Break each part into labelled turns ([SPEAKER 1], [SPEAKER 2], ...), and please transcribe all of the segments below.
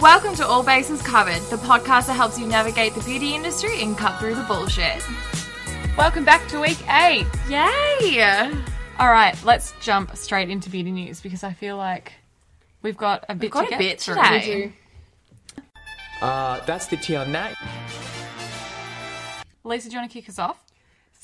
[SPEAKER 1] Welcome to All Bases Covered, the podcast that helps you navigate the beauty industry and cut through the bullshit.
[SPEAKER 2] Welcome back to week eight.
[SPEAKER 1] Yay!
[SPEAKER 2] All right, let's jump straight into beauty news because I feel like we've got a bit
[SPEAKER 1] got
[SPEAKER 2] to
[SPEAKER 1] a
[SPEAKER 2] get
[SPEAKER 1] bit
[SPEAKER 2] through.
[SPEAKER 1] today.
[SPEAKER 2] We do.
[SPEAKER 3] Uh, that's the tea on that.
[SPEAKER 2] Lisa, do you want to kick us off?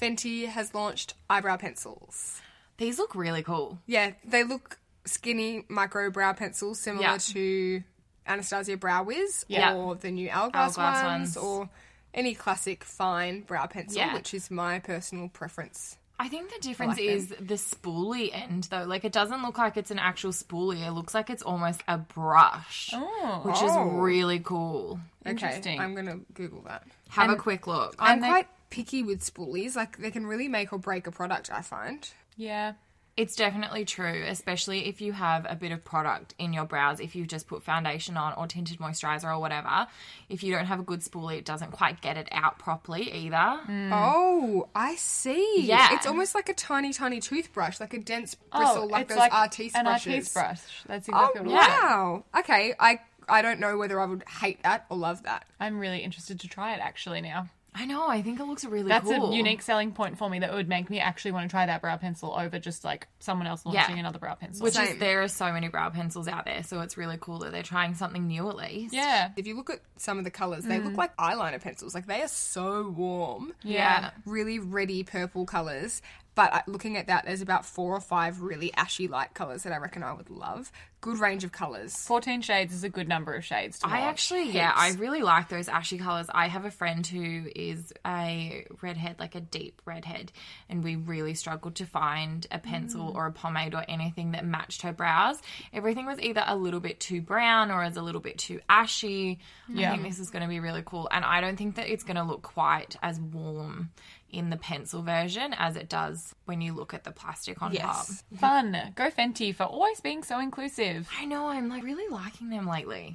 [SPEAKER 4] Fenty has launched eyebrow pencils.
[SPEAKER 1] These look really cool.
[SPEAKER 4] Yeah, they look skinny micro brow pencils similar
[SPEAKER 1] Yeah.
[SPEAKER 4] to Anastasia Brow Wiz
[SPEAKER 1] Yeah.
[SPEAKER 4] or the new Hourglass,
[SPEAKER 1] Hourglass ones.
[SPEAKER 4] ones, or any classic fine brow pencil,
[SPEAKER 1] Yeah.
[SPEAKER 4] which is my personal preference.
[SPEAKER 1] I think the difference
[SPEAKER 4] like them.
[SPEAKER 1] is the spoolie end, though. Like, it doesn't look like it's an actual spoolie. It looks like it's almost a brush, which is
[SPEAKER 4] Oh.
[SPEAKER 1] really cool.
[SPEAKER 2] Interesting.
[SPEAKER 4] Okay, I'm going to Google that.
[SPEAKER 1] Have a quick look.
[SPEAKER 4] I'm
[SPEAKER 2] they-
[SPEAKER 4] quite picky with spoolies. Like, they can really make or break a product, I find.
[SPEAKER 2] Yeah.
[SPEAKER 1] It's definitely true, especially if you have a bit of product in your brows. If you've just put foundation on or tinted moisturizer or whatever, if you don't have a good spoolie, it doesn't quite get it out properly either.
[SPEAKER 2] Mm.
[SPEAKER 4] Oh, I see.
[SPEAKER 1] Yeah.
[SPEAKER 4] It's almost like a tiny, tiny toothbrush, like a dense bristle, like those Artiste
[SPEAKER 2] Oh, an
[SPEAKER 4] brushes.
[SPEAKER 2] Artiste brush. That's
[SPEAKER 4] Oh
[SPEAKER 2] exactly what it looks like.
[SPEAKER 4] wow! Okay, I I don't know whether I would hate that or love that.
[SPEAKER 2] I'm really interested to try it actually now.
[SPEAKER 1] I know. I think it looks really
[SPEAKER 2] That's
[SPEAKER 1] cool.
[SPEAKER 2] a unique selling point for me that would make me actually want to try that brow pencil over just like someone else launching another brow pencil.
[SPEAKER 1] Which is
[SPEAKER 4] Same.
[SPEAKER 1] there are so many brow pencils out there, so it's really cool that they're trying something new at least.
[SPEAKER 2] yeah.
[SPEAKER 4] If you look at some of the colors, they look like eyeliner pencils. Like they are so warm,
[SPEAKER 1] Yeah.
[SPEAKER 4] really ready purple colors. But I- looking at that, there's about four or five really ashy light colors that I reckon I would love. Good range of colors.
[SPEAKER 2] 14 shades is a good number of shades to
[SPEAKER 1] I
[SPEAKER 2] launch.
[SPEAKER 1] actually, yeah, I really like those ashy colors. I have a friend who is a redhead, like a deep redhead, and we really struggled to find a pencil or a pomade or anything that matched her brows. Everything was either a little bit too brown or is a little bit too ashy. I think this is going to be really cool, and I don't think that it's going to look quite as warm in the pencil version as it does when you look at the plastic on top.
[SPEAKER 4] Yes.
[SPEAKER 2] Fun. Go Fenty for always being so inclusive.
[SPEAKER 1] I know, I'm like really liking them lately.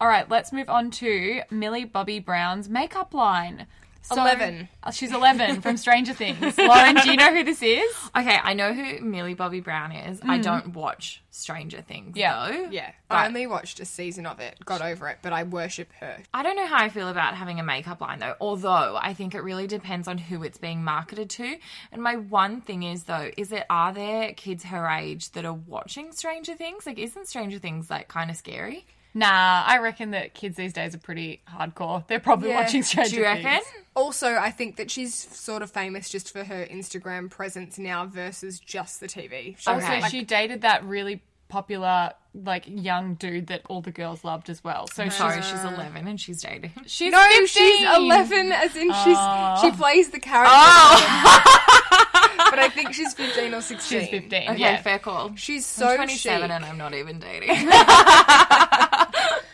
[SPEAKER 2] All right, let's move on to Millie Bobby Brown's makeup line. So-
[SPEAKER 4] 11.
[SPEAKER 2] Oh, She's 11 from Stranger Things. Lauren, do you know who this is?
[SPEAKER 1] Okay, I know who Millie Bobby Brown is. I don't watch Stranger Things
[SPEAKER 2] Yeah,
[SPEAKER 1] though.
[SPEAKER 4] Mm. Yeah,
[SPEAKER 1] But-
[SPEAKER 4] I only watched a season of it, got over it, but I worship her.
[SPEAKER 1] I don't know how I feel about having a makeup line though, although I think it really depends on who it's being marketed to. And my one thing is though, is that are there kids her age that are watching Stranger Things? Like isn't Stranger Things like kind of scary?
[SPEAKER 2] Nah, I reckon that kids these days are pretty hardcore. They're probably
[SPEAKER 4] Yeah.
[SPEAKER 2] watching Stranger
[SPEAKER 1] Do you reckon?
[SPEAKER 2] Things.
[SPEAKER 4] Also, I think that she's sort of famous just for her Instagram presence now versus just the TV. She was
[SPEAKER 2] Also,
[SPEAKER 1] Okay.
[SPEAKER 2] Oh, she dated that really popular, like, young dude that all the girls loved as well. So
[SPEAKER 1] Sorry,
[SPEAKER 4] Uh,
[SPEAKER 2] she's,
[SPEAKER 1] she's 11 and she's dating.
[SPEAKER 2] Uh-huh. she's
[SPEAKER 4] No,
[SPEAKER 2] 15.
[SPEAKER 4] she's eleven. As in, she's she plays the character. but I think she's fifteen or sixteen.
[SPEAKER 2] She's 15.
[SPEAKER 1] Okay,
[SPEAKER 2] yeah.
[SPEAKER 1] fair call.
[SPEAKER 4] She's so
[SPEAKER 1] I'm 27
[SPEAKER 4] chic.
[SPEAKER 1] and I'm not even dating.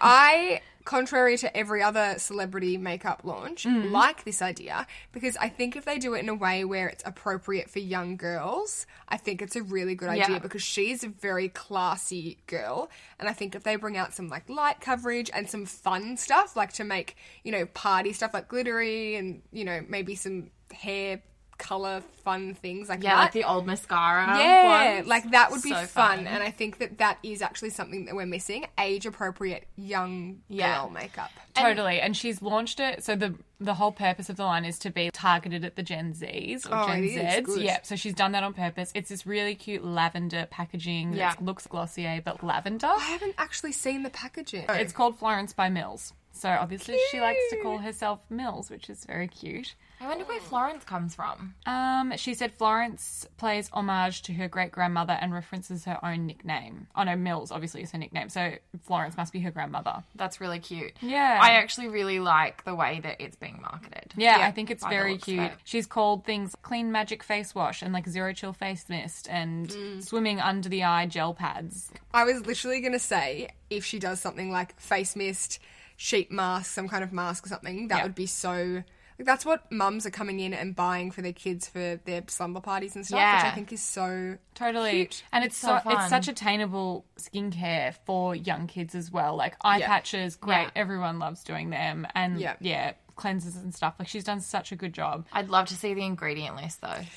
[SPEAKER 4] I, contrary to every other celebrity makeup launch,
[SPEAKER 1] Mm.
[SPEAKER 4] like this idea because I think if they do it in a way where it's appropriate for young girls, I think it's a really good idea
[SPEAKER 1] Yeah.
[SPEAKER 4] because she's a very classy girl. And I think if they bring out some like light coverage and some fun stuff, like to make, you know, party stuff like glittery and, you know, maybe some hair color fun things like
[SPEAKER 1] yeah,
[SPEAKER 4] that.
[SPEAKER 1] like the old mascara.
[SPEAKER 4] Yeah,
[SPEAKER 1] ones.
[SPEAKER 4] like that would be
[SPEAKER 1] Um, So
[SPEAKER 4] fun. and I think that that is actually something that we're missing: age-appropriate young
[SPEAKER 1] Yeah.
[SPEAKER 4] girl makeup.
[SPEAKER 2] Totally, and, she's launched it. So the the whole purpose of the line is to be targeted at the Gen Zs or
[SPEAKER 4] Oh,
[SPEAKER 2] Gen
[SPEAKER 4] it is.
[SPEAKER 2] Zs.
[SPEAKER 4] Good.
[SPEAKER 2] Yep. So she's done that on purpose. It's this really cute lavender packaging.
[SPEAKER 1] Yeah.
[SPEAKER 2] that looks glossier but lavender.
[SPEAKER 4] I haven't actually seen the packaging.
[SPEAKER 2] It's called Florence by Mills. So obviously she likes to call herself Mills, which is very cute.
[SPEAKER 1] I wonder where Florence comes from.
[SPEAKER 2] Um, she said Florence plays homage to her great grandmother and references her own nickname. Oh no, Mills obviously is her nickname. So Florence must be her grandmother.
[SPEAKER 1] That's really cute.
[SPEAKER 2] Yeah.
[SPEAKER 1] I actually really like the way that it's being marketed.
[SPEAKER 2] Yeah, I think it's
[SPEAKER 1] by the
[SPEAKER 2] very
[SPEAKER 1] looks of
[SPEAKER 2] cute.
[SPEAKER 1] it.
[SPEAKER 2] She's called things clean magic face wash and like zero chill face mist and
[SPEAKER 1] Mm.
[SPEAKER 2] swimming under the eye gel pads.
[SPEAKER 4] I was literally gonna say if she does something like face mist, sheet mask, some kind of mask or something, that would be so. Like that's what mums are coming in and buying for their kids for their slumber parties and stuff, which
[SPEAKER 1] Yeah.
[SPEAKER 4] I think is so
[SPEAKER 2] Totally.
[SPEAKER 4] Cute.
[SPEAKER 2] And it's,
[SPEAKER 1] so
[SPEAKER 2] so,
[SPEAKER 1] fun.
[SPEAKER 2] it's such attainable skincare for young kids as well. Like eye
[SPEAKER 4] Yeah.
[SPEAKER 2] patches, great.
[SPEAKER 1] Yeah.
[SPEAKER 2] Everyone loves doing them and
[SPEAKER 4] Yeah.
[SPEAKER 2] yeah, cleansers and stuff. Like she's done such a good job.
[SPEAKER 1] I'd love to see the ingredient list though.
[SPEAKER 4] I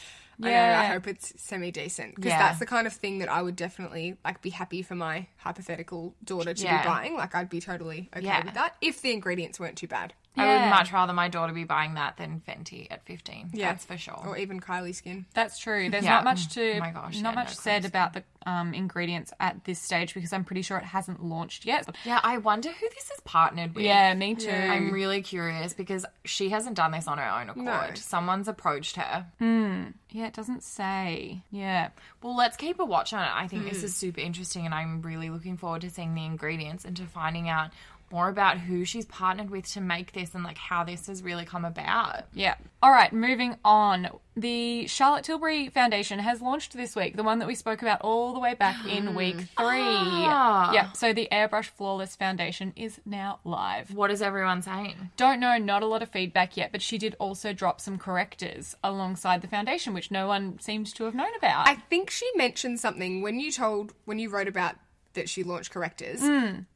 [SPEAKER 4] know. I
[SPEAKER 2] Yeah.
[SPEAKER 4] hope it's semi decent because
[SPEAKER 1] Yeah.
[SPEAKER 4] that's the kind of thing that I would definitely like be happy for my hypothetical daughter to
[SPEAKER 1] Yeah.
[SPEAKER 4] be buying. Like I'd be totally okay
[SPEAKER 1] Yeah.
[SPEAKER 4] with that if the ingredients weren't too bad
[SPEAKER 1] I
[SPEAKER 2] Yeah.
[SPEAKER 1] would much rather my daughter be buying that than Fenty at 15.
[SPEAKER 4] Yeah.
[SPEAKER 1] That's for sure.
[SPEAKER 2] Oh,
[SPEAKER 4] or even Kylie skin.
[SPEAKER 2] That's true. There's
[SPEAKER 1] Yeah.
[SPEAKER 2] not much to
[SPEAKER 1] Oh my gosh,
[SPEAKER 2] not
[SPEAKER 1] yeah,
[SPEAKER 2] much
[SPEAKER 1] no
[SPEAKER 2] said
[SPEAKER 1] clues.
[SPEAKER 2] about the um, ingredients at this stage because I'm pretty sure it hasn't launched yet.
[SPEAKER 1] Yeah, I wonder who this is partnered with.
[SPEAKER 2] Yeah, me too.
[SPEAKER 1] I'm really curious because she hasn't done this on her own accord. Someone's approached her.
[SPEAKER 2] Yeah, it doesn't say. Yeah.
[SPEAKER 1] Well, let's keep a watch on it. I think
[SPEAKER 2] Hmm.
[SPEAKER 1] this is super interesting, and I'm really looking forward to seeing the ingredients and to finding out more about who she's partnered with to make this and like how this has really come about.
[SPEAKER 2] Yeah. All right, moving on. The Charlotte Tilbury Foundation has launched this week, the one that we spoke about all the way back in week three.
[SPEAKER 4] Ah.
[SPEAKER 2] Yep. So the Airbrush Flawless Foundation is now live.
[SPEAKER 1] What is everyone saying?
[SPEAKER 2] Don't know, not a lot of feedback yet, but she did also drop some correctors alongside the foundation, which no one seemed to have known about.
[SPEAKER 4] I think she mentioned something when you told when you wrote about that she launched correctors.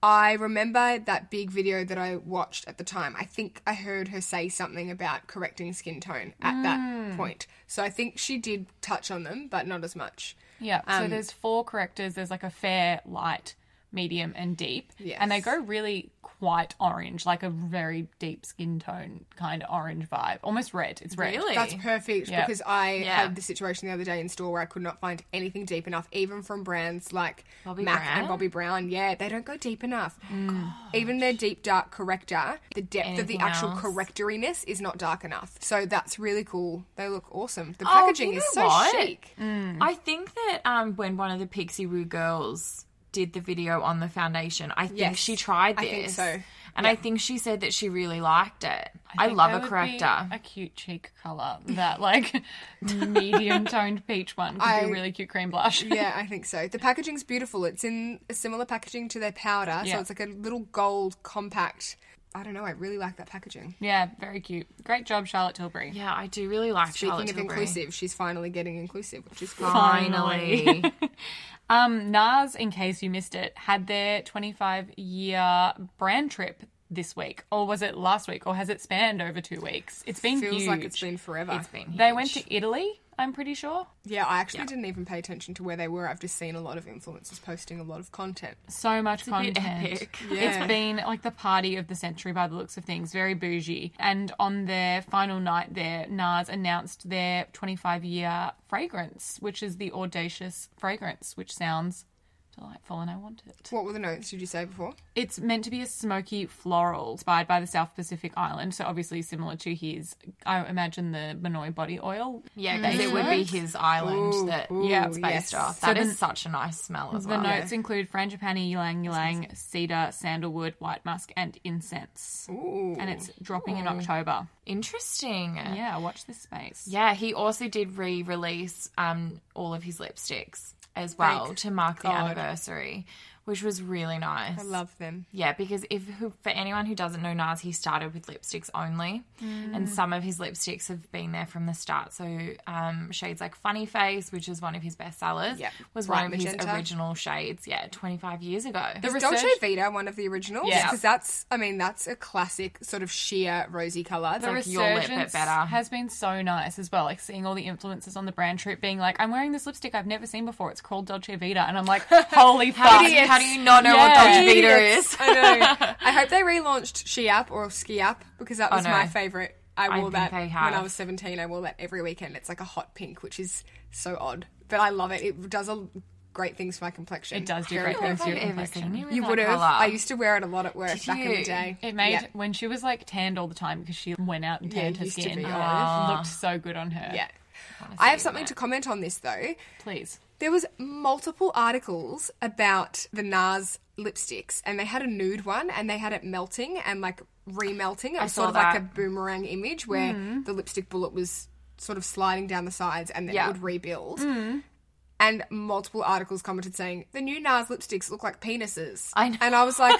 [SPEAKER 4] I remember that big video that I watched at the time. I think I heard her say something about correcting skin tone at that point. So I think she did touch on them, but not as much.
[SPEAKER 2] Yeah.
[SPEAKER 4] um,
[SPEAKER 2] so there's four correctors. There's like a fair, light, medium, and deep. And they
[SPEAKER 4] Yes.
[SPEAKER 2] go really quite orange, like a very deep skin tone kind of orange vibe, almost red. It's red.
[SPEAKER 1] Really?
[SPEAKER 4] That's perfect
[SPEAKER 2] Yeah.
[SPEAKER 4] because I
[SPEAKER 1] Yeah.
[SPEAKER 4] had the situation the other day in store where I could not find anything deep enough, even from brands like
[SPEAKER 1] Bobbi
[SPEAKER 4] MAC and
[SPEAKER 1] Brown? Oh,
[SPEAKER 4] Bobby Brown. Yeah, they don't go deep enough. Mm. Even their deep dark corrector, the depth of the
[SPEAKER 1] Anything
[SPEAKER 4] actual
[SPEAKER 1] else?
[SPEAKER 4] correctoriness is not dark enough. So that's really cool. They look awesome. The packaging
[SPEAKER 1] Oh, you
[SPEAKER 4] is
[SPEAKER 1] know
[SPEAKER 4] so
[SPEAKER 1] what?
[SPEAKER 4] chic.
[SPEAKER 1] I think that um, when one of the Pixie Woo girls did the video on the foundation, I think
[SPEAKER 4] Yes,
[SPEAKER 1] she tried
[SPEAKER 4] I
[SPEAKER 1] this.
[SPEAKER 4] think so.
[SPEAKER 1] And I think she said that she really liked it. I,
[SPEAKER 2] think
[SPEAKER 1] love
[SPEAKER 2] that
[SPEAKER 1] a
[SPEAKER 2] would be
[SPEAKER 1] corrector.
[SPEAKER 2] A cute cheek color. That like medium toned peach one could be
[SPEAKER 4] I-
[SPEAKER 2] a really cute cream blush.
[SPEAKER 4] yeah, I think so. The packaging's beautiful. It's in a similar packaging to their powder,
[SPEAKER 2] Yeah.
[SPEAKER 4] so it's like a little gold compact. I don't know. I really like that packaging.
[SPEAKER 2] Yeah, very cute. Great job, Charlotte Tilbury.
[SPEAKER 1] yeah, I do really like
[SPEAKER 4] Speaking
[SPEAKER 1] Charlotte
[SPEAKER 4] of
[SPEAKER 1] Tilbury.
[SPEAKER 4] inclusive, she's finally getting inclusive, which is good.
[SPEAKER 1] Finally.
[SPEAKER 2] Um, NARS, in case you missed it, had their 25 year brand trip this week, or was it last week, or has it spanned over two weeks? It's been
[SPEAKER 4] feels
[SPEAKER 2] huge.
[SPEAKER 4] like it's been forever.
[SPEAKER 1] it's been
[SPEAKER 2] They went to
[SPEAKER 1] huge.
[SPEAKER 2] Italy, I'm pretty sure.
[SPEAKER 4] Yeah, I actually didn't even pay attention to where they were. I've just seen a lot of influencers posting a lot of content.
[SPEAKER 2] So much
[SPEAKER 1] bit
[SPEAKER 2] content.
[SPEAKER 1] epic.
[SPEAKER 4] Yeah.
[SPEAKER 2] It's been like the party of the century by the looks of things, very bougie. And on their final night there, NARS announced their 25 year fragrance, which is the Audacious Fragrance, which sounds delightful and I want it.
[SPEAKER 4] What were the notes did you say before?
[SPEAKER 2] It's meant to be a smoky floral inspired by the South Pacific Island, so obviously similar to his, I imagine, the Manoi body oil.
[SPEAKER 1] Yeah, because it would be his island that
[SPEAKER 2] yeah,
[SPEAKER 1] it's
[SPEAKER 4] ooh,
[SPEAKER 1] based
[SPEAKER 4] yes.
[SPEAKER 1] off.
[SPEAKER 2] So
[SPEAKER 1] That is
[SPEAKER 2] the-
[SPEAKER 1] such a nice smell as
[SPEAKER 2] The
[SPEAKER 1] well.
[SPEAKER 2] notes include frangipani, ylang ylang, cedar, sandalwood, white musk, and incense.
[SPEAKER 4] Ooh.
[SPEAKER 2] And it's dropping in October.
[SPEAKER 1] Interesting.
[SPEAKER 2] Yeah, watch this space.
[SPEAKER 1] Yeah, he also did re-release um, all of his lipsticks as well to mark the anniversary, which was really nice.
[SPEAKER 4] I love them.
[SPEAKER 1] yeah, because if who, for anyone who doesn't know Nas, he started with lipsticks only,
[SPEAKER 4] Mm.
[SPEAKER 1] and some of his lipsticks have been there from the start. So um, shades like Funny Face, which is one of his best sellers,
[SPEAKER 4] Yep.
[SPEAKER 1] was
[SPEAKER 4] Bright
[SPEAKER 1] one of his
[SPEAKER 4] magenta.
[SPEAKER 1] original shades. Yeah, twenty five years ago.
[SPEAKER 2] The
[SPEAKER 4] Is
[SPEAKER 2] research,
[SPEAKER 4] Dolce Vita one of the originals?
[SPEAKER 2] Yeah.
[SPEAKER 4] Because that's, I mean, that's a classic sort of sheer rosy colour.
[SPEAKER 2] the
[SPEAKER 4] like,
[SPEAKER 1] your lip bit
[SPEAKER 2] resurgence
[SPEAKER 1] better.
[SPEAKER 2] has been so nice as well. Like seeing all the influences on the brand trip being like, I'm wearing this lipstick I've never seen before. It's called Dolce Vita. And I'm like, holy
[SPEAKER 1] how,
[SPEAKER 2] fuck.
[SPEAKER 1] do you, how do you not know what
[SPEAKER 2] Yeah.
[SPEAKER 1] Dolce Vita
[SPEAKER 4] Idiots.
[SPEAKER 1] is?
[SPEAKER 4] I know. I hope they relaunched She App or Ski App because that was
[SPEAKER 1] no.
[SPEAKER 4] my favourite.
[SPEAKER 1] I
[SPEAKER 4] I wore
[SPEAKER 1] think
[SPEAKER 4] that
[SPEAKER 1] they
[SPEAKER 4] when
[SPEAKER 1] have.
[SPEAKER 4] I was 17. I wore that every weekend. It's like a hot pink, which is so odd. But I love it. It does a, great things for my complexion.
[SPEAKER 2] It does do
[SPEAKER 4] Very
[SPEAKER 2] great
[SPEAKER 1] I don't
[SPEAKER 2] things
[SPEAKER 1] think
[SPEAKER 2] for your
[SPEAKER 1] I've ever
[SPEAKER 2] complexion.
[SPEAKER 1] seen you. in
[SPEAKER 4] You
[SPEAKER 1] that
[SPEAKER 4] would have.
[SPEAKER 1] colour.
[SPEAKER 4] I used to wear it a lot at work back in the
[SPEAKER 1] you?
[SPEAKER 4] day.
[SPEAKER 2] It made
[SPEAKER 4] Yeah.
[SPEAKER 2] when she was like tanned all the time because she went out and
[SPEAKER 4] Yeah,
[SPEAKER 2] tanned her
[SPEAKER 4] used to
[SPEAKER 2] skin.
[SPEAKER 4] be
[SPEAKER 2] it
[SPEAKER 4] olive.
[SPEAKER 2] looked so good on her.
[SPEAKER 4] yeah. I have something to comment on this though.
[SPEAKER 2] please.
[SPEAKER 4] There was multiple articles about the NARS lipsticks, and they had a nude one, and they had it melting and like remelting. It was
[SPEAKER 1] saw
[SPEAKER 4] sort of like a
[SPEAKER 1] that. Mm-hmm.
[SPEAKER 4] boomerang image where the lipstick bullet was sort of sliding down the sides, and then
[SPEAKER 1] Yeah. Mm-hmm.
[SPEAKER 4] it would rebuild. And multiple articles commented saying the new NARS lipsticks look like penises,
[SPEAKER 1] I know.
[SPEAKER 4] and I was like.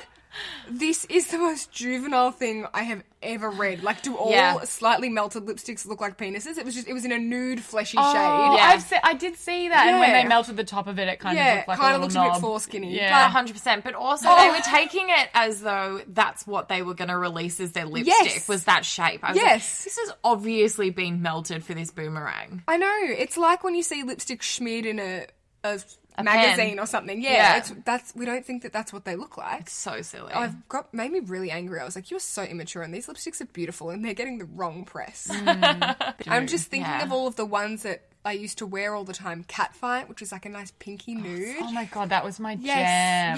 [SPEAKER 4] This is the most juvenile thing I have ever read. Like, do all
[SPEAKER 1] Yeah.
[SPEAKER 4] slightly melted lipsticks look like penises? It was just, it was in a nude, fleshy
[SPEAKER 2] Oh,
[SPEAKER 4] shade.
[SPEAKER 1] Yeah.
[SPEAKER 2] I've se- I did see that, and when
[SPEAKER 4] Yeah.
[SPEAKER 2] they melted the top of it, it kind of
[SPEAKER 4] Yeah,
[SPEAKER 2] looked like
[SPEAKER 4] kind
[SPEAKER 2] a
[SPEAKER 4] of
[SPEAKER 2] little knob.
[SPEAKER 4] looks a bit foreskinny.
[SPEAKER 2] Yeah.
[SPEAKER 1] hundred percent. But also, they
[SPEAKER 4] Oh.
[SPEAKER 1] were taking it as though that's what they were going to release as their lipstick
[SPEAKER 4] Yes.
[SPEAKER 1] was that shape. I was like,
[SPEAKER 4] Yes.
[SPEAKER 1] this has obviously been melted for this boomerang.
[SPEAKER 4] I know. It's like when you see lipstick smeared in a, a, magazine
[SPEAKER 1] pen.
[SPEAKER 4] or something. Yeah,
[SPEAKER 1] Yeah.
[SPEAKER 4] It's, that's we don't think that that's what they look like.
[SPEAKER 1] So silly.
[SPEAKER 4] I've got made me really angry. I was like, "You're so immature, and these lipsticks are beautiful, and they're getting the wrong press." I'm just thinking
[SPEAKER 1] Mm. Yeah.
[SPEAKER 4] of all of the ones that I used to wear all the time. Cat fight, which was like a nice pinky nude.
[SPEAKER 2] Oh my god, that was my
[SPEAKER 4] Yes,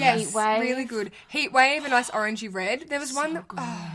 [SPEAKER 2] jam.
[SPEAKER 4] yes,
[SPEAKER 1] Heatwave.
[SPEAKER 4] really good. Heat wave, a nice orangey red. There was one. that-
[SPEAKER 1] Good.
[SPEAKER 4] oh,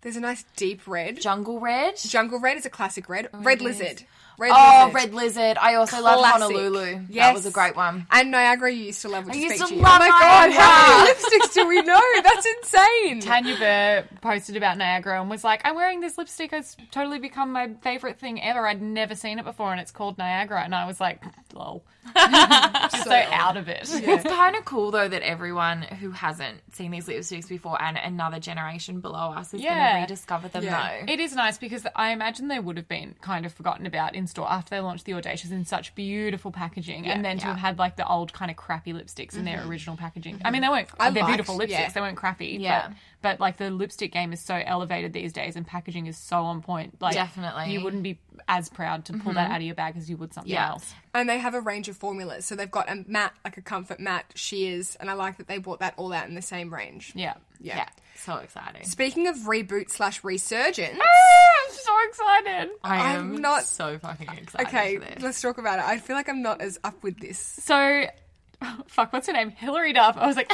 [SPEAKER 4] there's a nice deep red.
[SPEAKER 1] Jungle red.
[SPEAKER 4] Jungle red is a classic red. red lizard. Red
[SPEAKER 1] oh,
[SPEAKER 4] lizard.
[SPEAKER 1] red lizard. I also love
[SPEAKER 4] Classic.
[SPEAKER 1] Honolulu.
[SPEAKER 4] Yes.
[SPEAKER 1] That was a great one.
[SPEAKER 4] And Niagara, you used to love. Which
[SPEAKER 1] I used
[SPEAKER 4] speak
[SPEAKER 1] to
[SPEAKER 4] you.
[SPEAKER 1] love
[SPEAKER 4] Oh my god, how many
[SPEAKER 1] Niagara.
[SPEAKER 4] lipsticks do we know? That's insane.
[SPEAKER 2] Tanya Burr posted about Niagara and was like, I'm wearing this lipstick. It's totally become my favorite thing ever. I'd never seen it before and it's called Niagara. And I was like, lol. Just so, out of it.
[SPEAKER 1] It's kind of cool though that everyone who hasn't seen these lipsticks before and another generation below us is going
[SPEAKER 2] Yeah.
[SPEAKER 1] to rediscover them
[SPEAKER 4] Yeah.
[SPEAKER 1] though.
[SPEAKER 2] It is nice because I imagine they would have been kind of forgotten about in store after they launched the Audacious in such beautiful packaging, and then to
[SPEAKER 1] yeah. Mm-hmm.
[SPEAKER 2] have had like the old kind of crappy lipsticks in their original packaging. I mean, they weren't
[SPEAKER 4] I
[SPEAKER 2] they're
[SPEAKER 4] liked-
[SPEAKER 2] beautiful lipsticks;
[SPEAKER 4] yeah.
[SPEAKER 2] they weren't crappy.
[SPEAKER 1] Yeah.
[SPEAKER 2] But, but like the lipstick game is so elevated these days, and packaging is so on point. Like
[SPEAKER 1] Definitely. Mm-hmm.
[SPEAKER 2] you wouldn't be as proud to pull that out of your bag as you would something
[SPEAKER 1] Yeah.
[SPEAKER 2] else.
[SPEAKER 4] And they have a range of formulas. So they've got a matte, like a comfort matte, shears, and I like that they brought that all out in the same range.
[SPEAKER 2] Yeah.
[SPEAKER 4] Yeah.
[SPEAKER 1] yeah. So exciting.
[SPEAKER 4] Speaking of reboot slash resurgence,
[SPEAKER 1] Ah!
[SPEAKER 2] I'm so excited.
[SPEAKER 1] I
[SPEAKER 4] I'm
[SPEAKER 1] am
[SPEAKER 4] not-
[SPEAKER 1] not so fucking excited.
[SPEAKER 4] okay,
[SPEAKER 1] for this.
[SPEAKER 4] let's talk about it. I feel like I'm not as up with this.
[SPEAKER 2] So, fuck, what's her name? Hilary Duff. I was like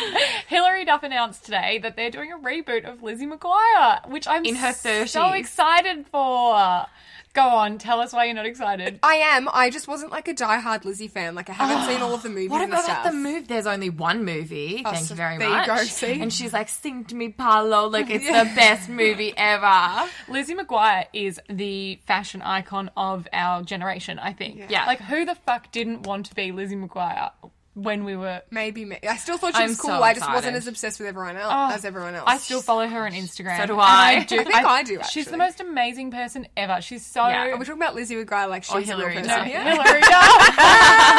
[SPEAKER 2] Lizzie McGuire. Hilary Duff announced today that they're doing a reboot of Lizzie McGuire, which I'm
[SPEAKER 1] In her
[SPEAKER 2] so
[SPEAKER 1] 30s.
[SPEAKER 2] excited for. Go on, tell us why you're not excited.
[SPEAKER 4] I am. I just wasn't like a diehard Lizzie fan. Like I haven't seen all of the movies
[SPEAKER 1] What
[SPEAKER 4] and
[SPEAKER 1] about
[SPEAKER 4] stuff.
[SPEAKER 1] the move? There's only one movie. thank Oh,
[SPEAKER 4] so
[SPEAKER 1] you very
[SPEAKER 4] there you
[SPEAKER 1] much.
[SPEAKER 4] go, see?
[SPEAKER 1] And she's like, "Sing to me, Paolo, like it's the best movie ever."
[SPEAKER 2] Lizzie McGuire is the fashion icon of our generation, I think.
[SPEAKER 1] Yeah.
[SPEAKER 2] Like, who the fuck didn't want to be Lizzie McGuire when we were
[SPEAKER 4] Maybe, ma- I still thought she was
[SPEAKER 1] I'm so Oh,
[SPEAKER 4] cool. I just
[SPEAKER 1] excited.
[SPEAKER 4] wasn't as obsessed with everyone else as everyone else.
[SPEAKER 2] Ah, I still follow her on Instagram.
[SPEAKER 1] So do
[SPEAKER 2] and
[SPEAKER 1] I.
[SPEAKER 2] do,
[SPEAKER 4] I think I do,
[SPEAKER 2] She's the
[SPEAKER 4] actually.
[SPEAKER 2] most amazing person ever. She's so.
[SPEAKER 1] Yeah.
[SPEAKER 4] Are we talking about Lizzie McGuire like she's a real
[SPEAKER 1] Hilary
[SPEAKER 4] person?
[SPEAKER 1] Duff.
[SPEAKER 2] No,
[SPEAKER 4] here?
[SPEAKER 2] Oh, Hillary Duff.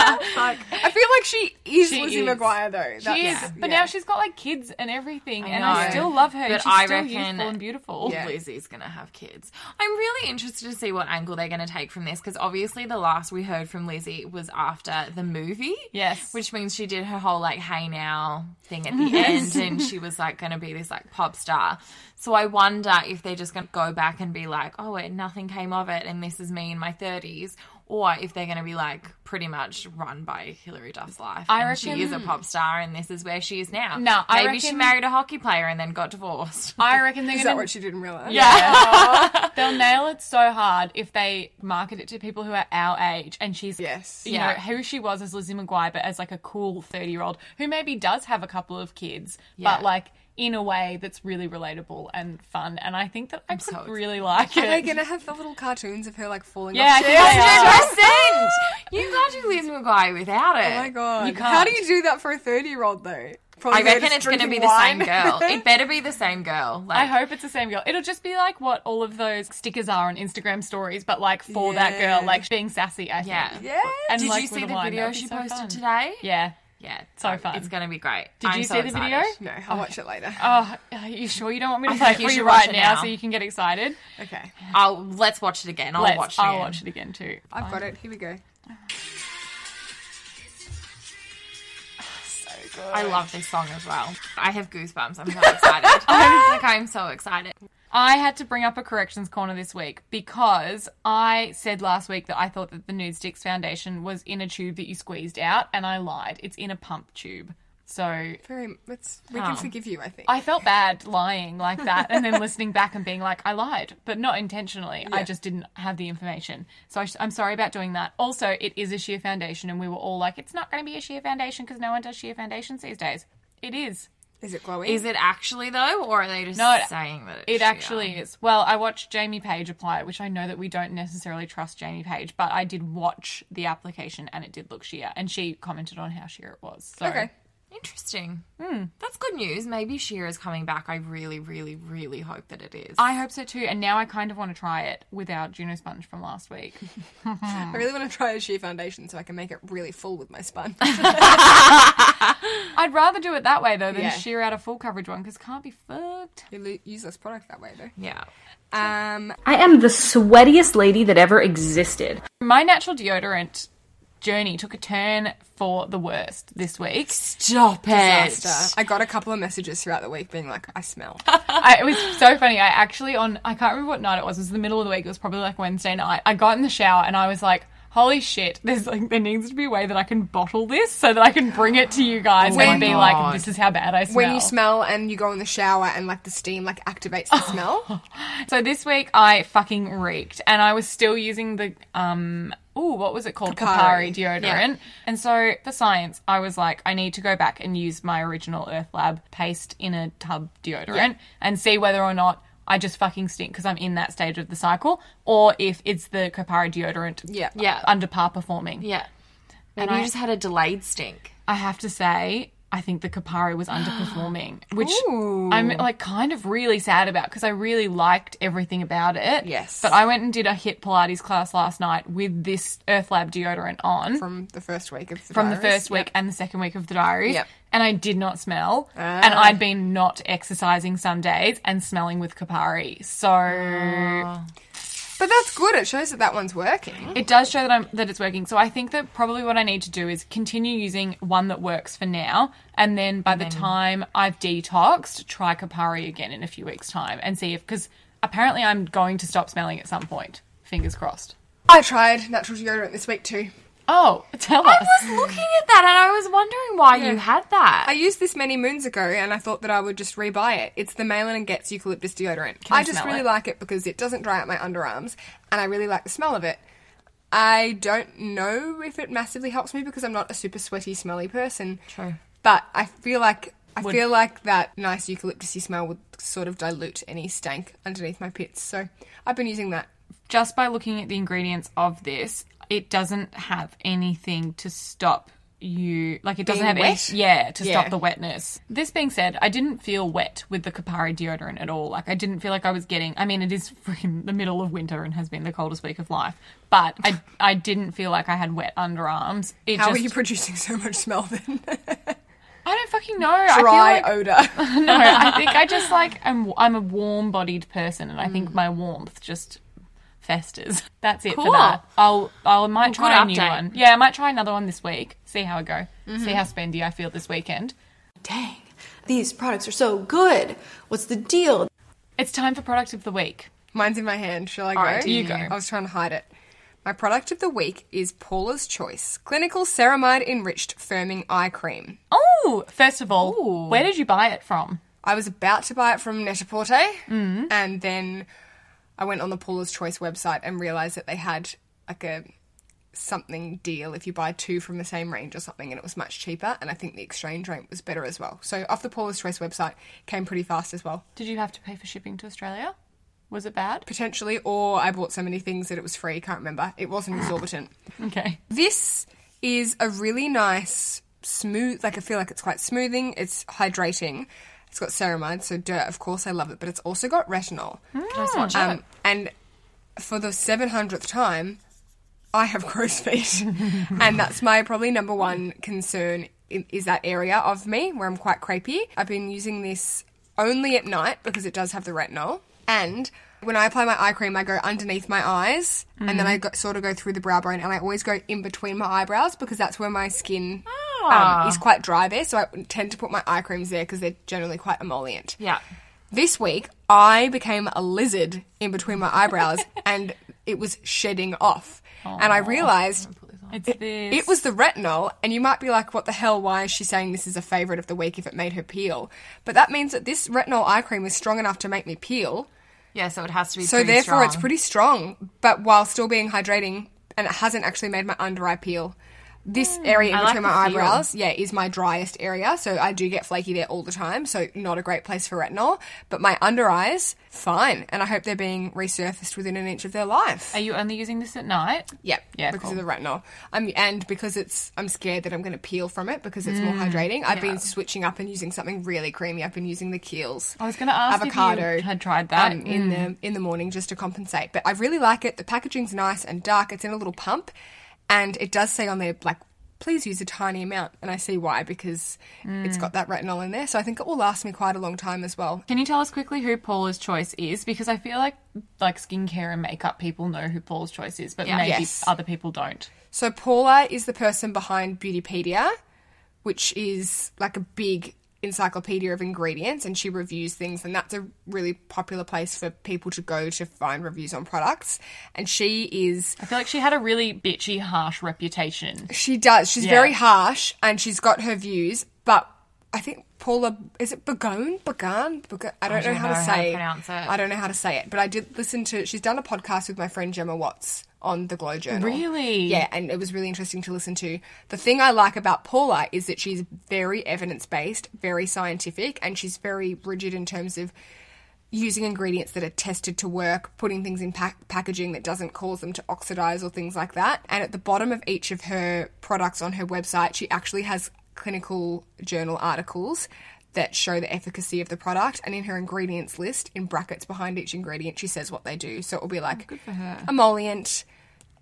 [SPEAKER 4] I feel like she is
[SPEAKER 2] She
[SPEAKER 4] Lizzie
[SPEAKER 2] is.
[SPEAKER 4] McGuire though.
[SPEAKER 2] She is,
[SPEAKER 4] That's-
[SPEAKER 2] but
[SPEAKER 4] yeah.
[SPEAKER 2] now she's got like kids and everything, and I
[SPEAKER 1] know.
[SPEAKER 2] still love her. and
[SPEAKER 1] But
[SPEAKER 2] she's
[SPEAKER 1] I
[SPEAKER 2] still
[SPEAKER 1] reckon-
[SPEAKER 2] youthful and beautiful.
[SPEAKER 4] Yeah.
[SPEAKER 1] Lizzie's gonna have kids. I'm really interested to see what angle they're gonna take from this because obviously the last we heard from Lizzie was after the movie.
[SPEAKER 2] Yes.
[SPEAKER 1] Which means she did her whole like hey now thing at the end and she was like gonna be this like pop star. So I wonder if they're just gonna go back and be like, Oh wait, nothing came of it and this is me in my thirties or if they're gonna be like pretty much run by Hillary Duff's life.
[SPEAKER 2] I
[SPEAKER 1] and she
[SPEAKER 2] reckon-
[SPEAKER 1] is a pop star and this is where she is now.
[SPEAKER 2] No, I
[SPEAKER 1] Maybe she
[SPEAKER 2] reckon-
[SPEAKER 1] married a hockey player and then got divorced.
[SPEAKER 2] I reckon they're
[SPEAKER 4] Is that
[SPEAKER 2] gonna.
[SPEAKER 4] what she didn't realize?
[SPEAKER 2] yeah. They'll nail it so hard if they market it to people who are our age, and she's
[SPEAKER 4] Yes.
[SPEAKER 2] You
[SPEAKER 1] Yeah.
[SPEAKER 2] know who she was as Lizzie McGuire, but as like a cool thirty-year-old who maybe does have a couple of kids,
[SPEAKER 1] Yeah.
[SPEAKER 2] but like in a way that's really relatable and fun. And I think that I could
[SPEAKER 1] so excited.
[SPEAKER 2] really like it.
[SPEAKER 4] Are they gonna have the little cartoons of her like falling
[SPEAKER 2] Yeah, I
[SPEAKER 4] off chairs?
[SPEAKER 2] think they
[SPEAKER 1] percent.
[SPEAKER 2] are.
[SPEAKER 1] You can't do Liz McGuire without it.
[SPEAKER 4] Oh my god.
[SPEAKER 2] You can't.
[SPEAKER 4] How do you do that for a 30 year old though? Probably
[SPEAKER 1] I
[SPEAKER 4] they're
[SPEAKER 1] reckon
[SPEAKER 4] just
[SPEAKER 1] it's going to be
[SPEAKER 4] drinking
[SPEAKER 1] the same
[SPEAKER 4] wine.
[SPEAKER 1] girl. It better be the same girl. Like,
[SPEAKER 2] I hope it's the same girl. It'll just be like what all of those stickers are on Instagram stories, but like for that
[SPEAKER 4] Yeah.
[SPEAKER 2] girl, like being sassy. I think.
[SPEAKER 1] Yeah.
[SPEAKER 4] yeah.
[SPEAKER 2] And
[SPEAKER 1] Did
[SPEAKER 2] like
[SPEAKER 1] you
[SPEAKER 2] with
[SPEAKER 1] see
[SPEAKER 2] a
[SPEAKER 1] the
[SPEAKER 2] wine,
[SPEAKER 1] video
[SPEAKER 2] that'd be
[SPEAKER 1] she
[SPEAKER 2] so
[SPEAKER 1] posted
[SPEAKER 2] fun.
[SPEAKER 1] today?
[SPEAKER 2] Yeah.
[SPEAKER 1] Yeah. it's
[SPEAKER 2] So
[SPEAKER 1] so-
[SPEAKER 2] fun.
[SPEAKER 1] It's going to be great.
[SPEAKER 2] Did
[SPEAKER 1] I'm
[SPEAKER 2] you
[SPEAKER 1] so
[SPEAKER 2] see the video?
[SPEAKER 1] excited.
[SPEAKER 4] No, I'll watch it later.
[SPEAKER 2] Oh, are you sure you don't want me to
[SPEAKER 1] I
[SPEAKER 2] play it
[SPEAKER 1] think you
[SPEAKER 2] for you
[SPEAKER 1] should watch
[SPEAKER 2] right
[SPEAKER 1] it
[SPEAKER 2] now
[SPEAKER 1] now.
[SPEAKER 2] so you can get excited?
[SPEAKER 4] Okay.
[SPEAKER 1] I'll let's watch it again. I'll
[SPEAKER 2] Let's-
[SPEAKER 1] watch it.
[SPEAKER 2] I'll
[SPEAKER 1] again.
[SPEAKER 2] watch it again too.
[SPEAKER 4] I've got it. Here we go.
[SPEAKER 2] So good.
[SPEAKER 1] I love this song as well. I have goosebumps. I'm so excited. like I'm so excited.
[SPEAKER 2] I had to bring up a corrections corner this week because I said last week that I thought that the Nude Sticks Foundation was in a tube that you squeezed out, and I lied. It's in a pump tube. So
[SPEAKER 4] Very. It's, we can
[SPEAKER 1] Oh.
[SPEAKER 4] forgive you, I think.
[SPEAKER 2] I felt bad lying like that and then listening back and being like, I lied, but not intentionally. I just didn't have the information. So I sh- I'm sorry about doing that. Also, it is a sheer foundation, and we were all like, it's not going to be a sheer foundation because no one does sheer foundations these days. It is.
[SPEAKER 4] Is it Chloe?
[SPEAKER 1] Is it actually though, or are they just
[SPEAKER 2] No, it-
[SPEAKER 1] saying that it's
[SPEAKER 2] It
[SPEAKER 1] she?
[SPEAKER 2] actually is. Well, I watched Jamie Page apply it, which I know that we don't necessarily trust Jamie Page, but I did watch the application and it did look sheer, and she commented on how sheer it was. So
[SPEAKER 4] Okay.
[SPEAKER 1] Interesting.
[SPEAKER 2] Hmm.
[SPEAKER 1] That's good news. Maybe Sheer is coming back. I really, really, really hope that it is.
[SPEAKER 2] I hope so too. And now I kind of want to try it without Juno Sponge from last week. Oh.
[SPEAKER 4] I really want to try a sheer foundation so I can make it really full with my sponge.
[SPEAKER 2] I'd rather do it that way though than
[SPEAKER 4] Yeah.
[SPEAKER 2] sheer out a full coverage one because can't be fucked.
[SPEAKER 4] you lo- use less product that way, though.
[SPEAKER 1] yeah.
[SPEAKER 4] Um,
[SPEAKER 5] I am the sweatiest lady that ever existed.
[SPEAKER 2] My natural deodorant journey took a turn for the worst this week.
[SPEAKER 1] Stop
[SPEAKER 4] disaster. I got a couple of messages throughout the week being like, I smell.
[SPEAKER 2] I, it was so funny. I actually on I can't remember what night it was. It was the middle of the week. It was probably like Wednesday night. I got in the shower and I was like, "Holy shit! There's like there needs to be a way that I can bottle this so that I can bring it to you guys
[SPEAKER 4] When-
[SPEAKER 2] and be like, this is how bad I smell."
[SPEAKER 4] Oh When you smell and you go in the shower and like the steam like activates the smell.
[SPEAKER 2] so this week I fucking reeked and I was still using the um. Ooh, what was it called?
[SPEAKER 4] Capari.
[SPEAKER 2] Capari, deodorant. And so for science, I was like, I need to go back and use my original Earth Lab paste in a tub deodorant and see whether or not I just fucking stink because I'm in that stage of the cycle, or if it's the Capari deodorant
[SPEAKER 4] Yeah.
[SPEAKER 1] Yeah.
[SPEAKER 2] under par performing.
[SPEAKER 1] yeah. Maybe you just had a delayed stink.
[SPEAKER 2] I have to say, I think the Capari was underperforming, which I'm like kind of really sad about because I really liked everything about it.
[SPEAKER 4] Yes.
[SPEAKER 2] But I went and did a hit Pilates class last night with this Earth Lab deodorant on from,
[SPEAKER 4] From the first week of the
[SPEAKER 2] the
[SPEAKER 4] virus.
[SPEAKER 2] first week and the second week of the diary.
[SPEAKER 4] Yep. Ah.
[SPEAKER 2] And I did not smell. And I'd been not exercising some days and smelling with Capari. So
[SPEAKER 4] Ah. But that's good. It shows that that one's working.
[SPEAKER 2] It does show that I'm that it's working. So I think that probably what I need to do is continue using one that works for now, and then by the time I've detoxed, try Kapari again in a few weeks' time and see if because apparently I'm going to stop smelling at some point. Fingers crossed.
[SPEAKER 4] I tried natural deodorant this week too.
[SPEAKER 2] Oh, tell
[SPEAKER 1] I
[SPEAKER 2] us.
[SPEAKER 1] was looking at that and I was wondering why you had that.
[SPEAKER 4] I used this many moons ago and I thought that I would just rebuy it. It's the Malin and Getz eucalyptus deodorant. I just
[SPEAKER 2] smell
[SPEAKER 4] really
[SPEAKER 2] it?
[SPEAKER 4] like it because it doesn't dry out my underarms and I really like the smell of it. I don't know if it massively helps me because I'm not a super sweaty, smelly person.
[SPEAKER 1] True.
[SPEAKER 4] But I feel like I feel like that nice eucalyptusy smell would sort of dilute any stank underneath my pits. So I've been using that.
[SPEAKER 2] Just by looking at the ingredients of this, it doesn't have anything to stop you like it doesn't have
[SPEAKER 4] Being
[SPEAKER 2] any-
[SPEAKER 4] wet?
[SPEAKER 2] yeah to
[SPEAKER 4] Yeah.
[SPEAKER 2] stop the wetness this being said i didn't feel wet with the kapari deodorant at all like i didn't feel like i was getting i mean it is freaking the middle of winter and has been the coldest week of life but i i didn't feel like i had wet underarms it
[SPEAKER 4] How
[SPEAKER 2] just
[SPEAKER 4] are you producing so much smell then?
[SPEAKER 2] i don't fucking know I feel
[SPEAKER 4] Dry
[SPEAKER 2] like-
[SPEAKER 4] odor.
[SPEAKER 2] no, I think I just like I'm I'm a warm-bodied person, and I think my warmth just festers. That's it for
[SPEAKER 1] Mm. Cool.
[SPEAKER 2] that. I'll I'll might try a
[SPEAKER 1] good
[SPEAKER 2] new
[SPEAKER 1] update.
[SPEAKER 2] one. Yeah, I might try another one this week. See how I go. See how
[SPEAKER 1] Mm-hmm.
[SPEAKER 2] spendy I feel this weekend.
[SPEAKER 6] Dang, these products are so good. What's the deal?
[SPEAKER 2] It's time for product of the week.
[SPEAKER 4] Mine's in my hand. Shall I go?
[SPEAKER 2] right, you go.
[SPEAKER 4] I was trying to hide it. My product of the week is Paula's Choice Clinical Ceramide Enriched Firming Eye Cream.
[SPEAKER 2] Oh, first of all, where did you buy it from?
[SPEAKER 4] I was about to buy it from Net-a-Porter,
[SPEAKER 2] Mm-hmm.
[SPEAKER 4] and then I went on the Paula's Choice website and realised that they had like a something deal if you buy two from the same range or something, and it was much cheaper. And I think the exchange rate was better as well. So off the Paula's Choice website came pretty fast as well,
[SPEAKER 2] Did you have to pay for shipping to Australia? Was it bad?
[SPEAKER 4] potentially. Or I bought so many things that it was free. Can't remember. It wasn't exorbitant.
[SPEAKER 2] Okay.
[SPEAKER 4] This is a really nice, smooth, like I feel like it's quite smoothing, it's hydrating. It's got ceramide, so dirt, of course, I love it, but it's also got retinol.
[SPEAKER 1] Can I swatch it?
[SPEAKER 4] Um, and for the 700th time, I have gross feet. and that's my probably number one concern i- is that area of me where I'm quite crepey. I've been using this only at night because it does have the retinol. And when I apply my eye cream, I go underneath my eyes and then I go, sort of go through the brow bone and I always go in between my eyebrows because that's where my skin um, is quite dry there. So I tend to put my eye creams there because they're generally quite emollient.
[SPEAKER 1] Yeah.
[SPEAKER 4] This week, I became a lizard in between my eyebrows and it was shedding off. and I realized
[SPEAKER 2] It's this.
[SPEAKER 4] it was the retinol. And you might be like, what the hell? Why is she saying this is a favorite of the week if it made her peel? But that means that this retinol eye cream is strong enough to make me peel.
[SPEAKER 1] Yeah, so it has to be
[SPEAKER 4] So
[SPEAKER 1] pretty
[SPEAKER 4] therefore, it's
[SPEAKER 1] strong.
[SPEAKER 4] pretty strong, but while still being hydrating, and it hasn't actually made my under eye peel. This area in
[SPEAKER 1] Hmm, I like
[SPEAKER 4] between
[SPEAKER 1] the
[SPEAKER 4] my
[SPEAKER 1] feel.
[SPEAKER 4] eyebrows, yeah, is my driest area, so I do get flaky there all the time. So not a great place for retinol. But my under eyes, fine, and I hope they're being resurfaced within an inch of their life.
[SPEAKER 2] Are you only using this at night?
[SPEAKER 4] Yep.
[SPEAKER 2] Yeah,
[SPEAKER 4] Because
[SPEAKER 2] cool.
[SPEAKER 4] of the retinol. I'm and because it's I'm scared that I'm gonna peel from it because it's more
[SPEAKER 2] Mm,
[SPEAKER 4] hydrating. I've been switching up and using something really creamy. I've been using the Kiehl's.
[SPEAKER 2] I was gonna ask if you had tried that.
[SPEAKER 4] um, in the in the morning just to compensate. But I really like it. The packaging's nice and dark. It's in a little pump and it does say on there like please use a tiny amount and I see why because
[SPEAKER 2] Mm.
[SPEAKER 4] it's got that retinol in there. So I think it will last me quite a long time as well.
[SPEAKER 2] Can you tell us quickly who Paula's choice is? Because I feel like like skincare and makeup people know who Paula's choice is, but maybe
[SPEAKER 4] Yes.
[SPEAKER 2] other people don't.
[SPEAKER 4] So Paula is the person behind Beautypedia, which is like a big encyclopedia of ingredients and she reviews things and that's a really popular place for people to go to find reviews on products and she is
[SPEAKER 2] I feel like she had a really bitchy, harsh reputation.
[SPEAKER 4] she does she's
[SPEAKER 2] Yeah.
[SPEAKER 4] very harsh and she's got her views but I think Paula is it Begone Began Began I don't know
[SPEAKER 1] don't
[SPEAKER 4] how
[SPEAKER 1] know
[SPEAKER 4] to
[SPEAKER 1] how to
[SPEAKER 4] say
[SPEAKER 1] pronounce it.
[SPEAKER 4] I don't know how to say it but I did listen to she's done a podcast with my friend Gemma Watts on the Glow Journal
[SPEAKER 2] Really?
[SPEAKER 4] yeah, and it was really interesting to listen to. The thing I like about Paula is that she's very evidence based, very scientific, and she's very rigid in terms of using ingredients that are tested to work, putting things in pack- packaging that doesn't cause them to oxidize or things like that. And at the bottom of each of her products on her website, she actually has clinical journal articles that show the efficacy of the product and in her ingredients list in brackets behind each ingredient she says what they do so it will be like emollient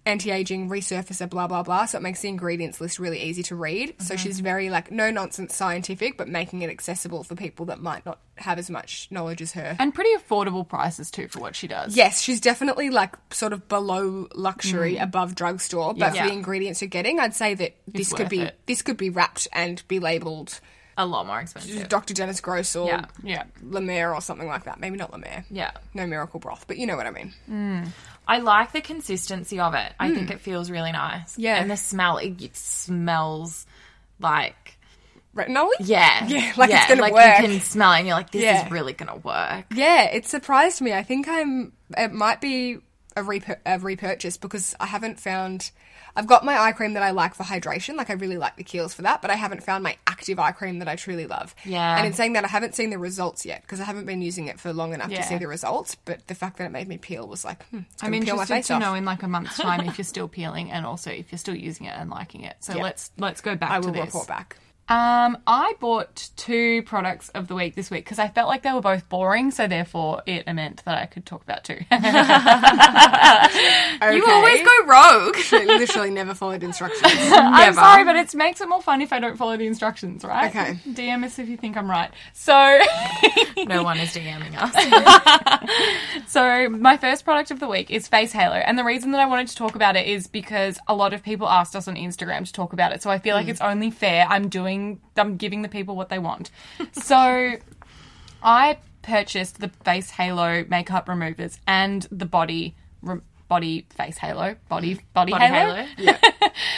[SPEAKER 4] anti-aging resurfacer blah blah blah so it makes the ingredients list really easy to read so she's very like no nonsense scientific but making it accessible for people that might not have as much knowledge as her
[SPEAKER 2] And pretty affordable prices too for what she does.
[SPEAKER 4] yes she's definitely like sort of below luxury above drugstore but
[SPEAKER 2] Yeah.
[SPEAKER 4] for the ingredients you're getting i'd say that this could
[SPEAKER 2] worth
[SPEAKER 4] be
[SPEAKER 2] it.
[SPEAKER 4] this could be wrapped and be labeled
[SPEAKER 1] A lot more expensive.
[SPEAKER 4] dr dennis gross or
[SPEAKER 1] Yeah.
[SPEAKER 2] Yeah.
[SPEAKER 4] lemaire or something like that maybe not lemaire
[SPEAKER 1] Yeah.
[SPEAKER 4] no miracle broth but you know what i mean
[SPEAKER 1] I like the consistency of it. I think it feels really nice.
[SPEAKER 4] Yeah.
[SPEAKER 1] And the smell, it, it smells like.
[SPEAKER 4] retinol
[SPEAKER 1] Yeah.
[SPEAKER 4] Yeah, like it's gonna
[SPEAKER 1] like
[SPEAKER 4] work.
[SPEAKER 1] you can smell it and you're like, this
[SPEAKER 4] Yeah.
[SPEAKER 1] is really going to work.
[SPEAKER 4] Yeah, it surprised me. I think I'm. It might be a, repur- a repurchase because I haven't found. I've got my eye cream that I like for hydration. Like I really like the Kiehl's for that, but I haven't found my active eye cream that I truly love.
[SPEAKER 1] Yeah.
[SPEAKER 4] And in saying that, I haven't seen the results yet because I haven't been using it for long enough
[SPEAKER 2] Yeah.
[SPEAKER 4] to see the results. But the fact that it made me peel was like, hmm, it's
[SPEAKER 2] I'm
[SPEAKER 4] gonna peel my
[SPEAKER 2] interested
[SPEAKER 4] face
[SPEAKER 2] to
[SPEAKER 4] off.
[SPEAKER 2] know in like a month's time if you're still peeling and also if you're still using it and liking it. So let's let's go back
[SPEAKER 4] I
[SPEAKER 2] to
[SPEAKER 4] will
[SPEAKER 2] this.
[SPEAKER 4] report back.
[SPEAKER 2] Um, I bought two products of the week this week because I felt like they were both boring, so therefore it meant that I could talk about two.
[SPEAKER 1] You always go rogue.
[SPEAKER 4] I literally never followed instructions.
[SPEAKER 2] I'm sorry, but it makes it more fun if I don't follow the instructions, right?
[SPEAKER 4] Okay.
[SPEAKER 2] DM us if you think I'm right. So,
[SPEAKER 1] No one is DMing us.
[SPEAKER 2] so my first product of the week is Face Halo, and the reason that I wanted to talk about it is because a lot of people asked us on Instagram to talk about it. So I feel like it's only fair. I'm doing, I'm giving the people what they want. so I purchased the face halo makeup removers and the body re- body face halo body body,
[SPEAKER 1] Body
[SPEAKER 2] halo,
[SPEAKER 1] halo?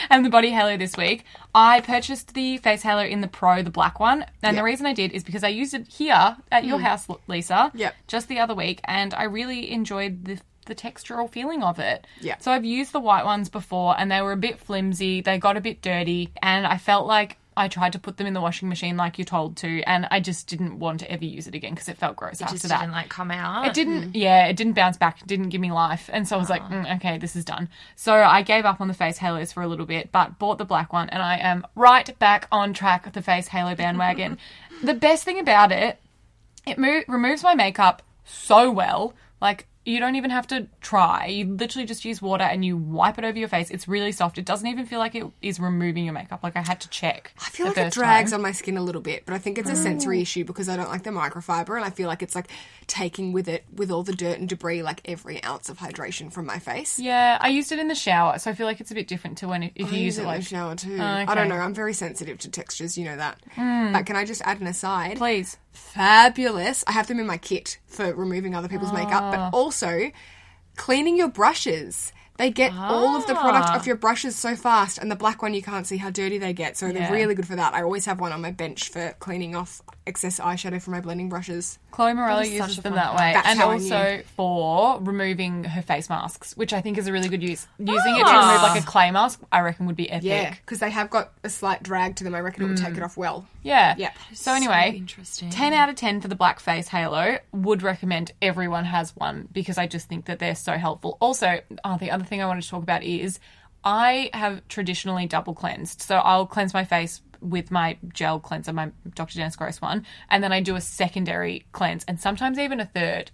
[SPEAKER 2] and the body halo this week. I purchased the face halo in the pro, the black one, and the reason I did is because I used it here at your house, L- Lisa,
[SPEAKER 4] Yep.
[SPEAKER 2] just the other week, and I really enjoyed the the textural feeling of it.
[SPEAKER 4] Yeah.
[SPEAKER 2] So I've used the white ones before, and they were a bit flimsy. They got a bit dirty, and I felt like I tried to put them in the washing machine like you're told to, and I just didn't want to ever use it again because it felt gross after
[SPEAKER 1] Just
[SPEAKER 2] that.
[SPEAKER 1] didn't like come out.
[SPEAKER 2] It didn't, yeah, it didn't bounce back, it didn't give me life. And so I was
[SPEAKER 4] Oh.
[SPEAKER 2] like, mm, okay, this is done. So I gave up on the face halos for a little bit, but bought the black one, and I am right back on track with the face halo bandwagon. the best thing about it, it mo- removes my makeup so well. Like, you don't even have to try. You literally just use water and you wipe it over your face. It's really soft. It doesn't even feel like it is removing your makeup. Like, I had to check.
[SPEAKER 4] I feel like it drags on my skin a little bit, but I think it's a
[SPEAKER 2] Mm.
[SPEAKER 4] sensory issue because I don't like the microfiber and I feel like it's like taking with it with all the dirt and debris like every ounce of hydration from my face.
[SPEAKER 2] Yeah, I used it in the shower, so I feel like it's a bit different to when if you
[SPEAKER 4] I
[SPEAKER 2] use it
[SPEAKER 4] in the
[SPEAKER 2] like
[SPEAKER 4] shower too.
[SPEAKER 2] Oh,
[SPEAKER 4] I
[SPEAKER 2] okay. Mm.
[SPEAKER 4] don't know. I'm very sensitive to textures, you know that. But can I just add an aside?
[SPEAKER 2] Please.
[SPEAKER 4] Fabulous. I have them
[SPEAKER 2] Ah.
[SPEAKER 4] in my kit for removing other people's makeup, but also cleaning your brushes. They get all of the product
[SPEAKER 2] Ah.
[SPEAKER 4] off your brushes so fast, and the black one you can't see how dirty they get. So
[SPEAKER 2] Yeah.
[SPEAKER 4] they're really good for that. I always have one on my bench for cleaning off excess eyeshadow from my blending brushes.
[SPEAKER 2] Chloe Morello uses them that way,
[SPEAKER 4] That's
[SPEAKER 2] and
[SPEAKER 4] how I
[SPEAKER 2] also
[SPEAKER 4] knew.
[SPEAKER 2] for removing her face masks, which I think is a really good use. Using it to remove
[SPEAKER 4] Ah.
[SPEAKER 2] like a clay mask, I reckon would be epic.
[SPEAKER 4] because they have got a slight drag to them. I reckon it would take it off well.
[SPEAKER 2] Mm. Yeah.
[SPEAKER 4] Yeah.
[SPEAKER 2] So anyway,
[SPEAKER 1] interesting.
[SPEAKER 2] 10 out of 10 for the blackface halo. Would recommend everyone has one because I just think that they're so helpful. Also, oh, the other thing I wanted to talk about is I have traditionally double cleansed. So I'll cleanse my face with my gel cleanser, my Dr. Dennis Gross one, and then I do a secondary cleanse and sometimes even a third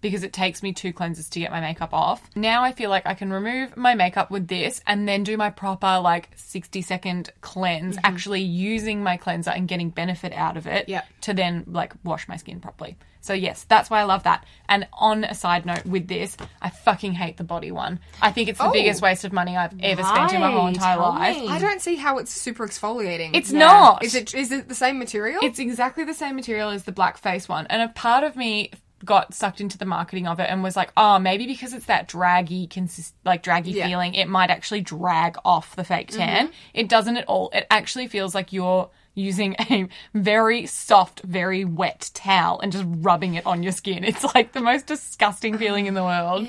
[SPEAKER 2] because it takes me two cleanses to get my makeup off. Now I feel like I can remove my makeup with this and then do my proper like 60 second cleanse, actually using my cleanser and getting benefit out of it
[SPEAKER 4] Mm-hmm. Yeah.
[SPEAKER 2] to then like wash my skin properly. So yes, that's why I love that. And on a side note with this, I fucking hate the body one. I think
[SPEAKER 4] Oh.
[SPEAKER 2] it's the biggest waste of money I've ever spent in my whole
[SPEAKER 1] Why?
[SPEAKER 2] entire
[SPEAKER 1] Tell
[SPEAKER 2] life.
[SPEAKER 1] me.
[SPEAKER 4] I don't see how it's super exfoliating.
[SPEAKER 2] It's not.
[SPEAKER 4] Is it? Is it the same material?
[SPEAKER 2] It's exactly the same material as the blackface one. And a part of me got sucked into the marketing of it and was like, oh, maybe because it's that draggy, consist- like draggy
[SPEAKER 4] Yeah. Mm-hmm.
[SPEAKER 2] feeling, it might actually drag off the fake tan. It doesn't at all. It actually feels like you're using a very soft, very wet towel and just rubbing it on your skin. It's like the most disgusting feeling in the world.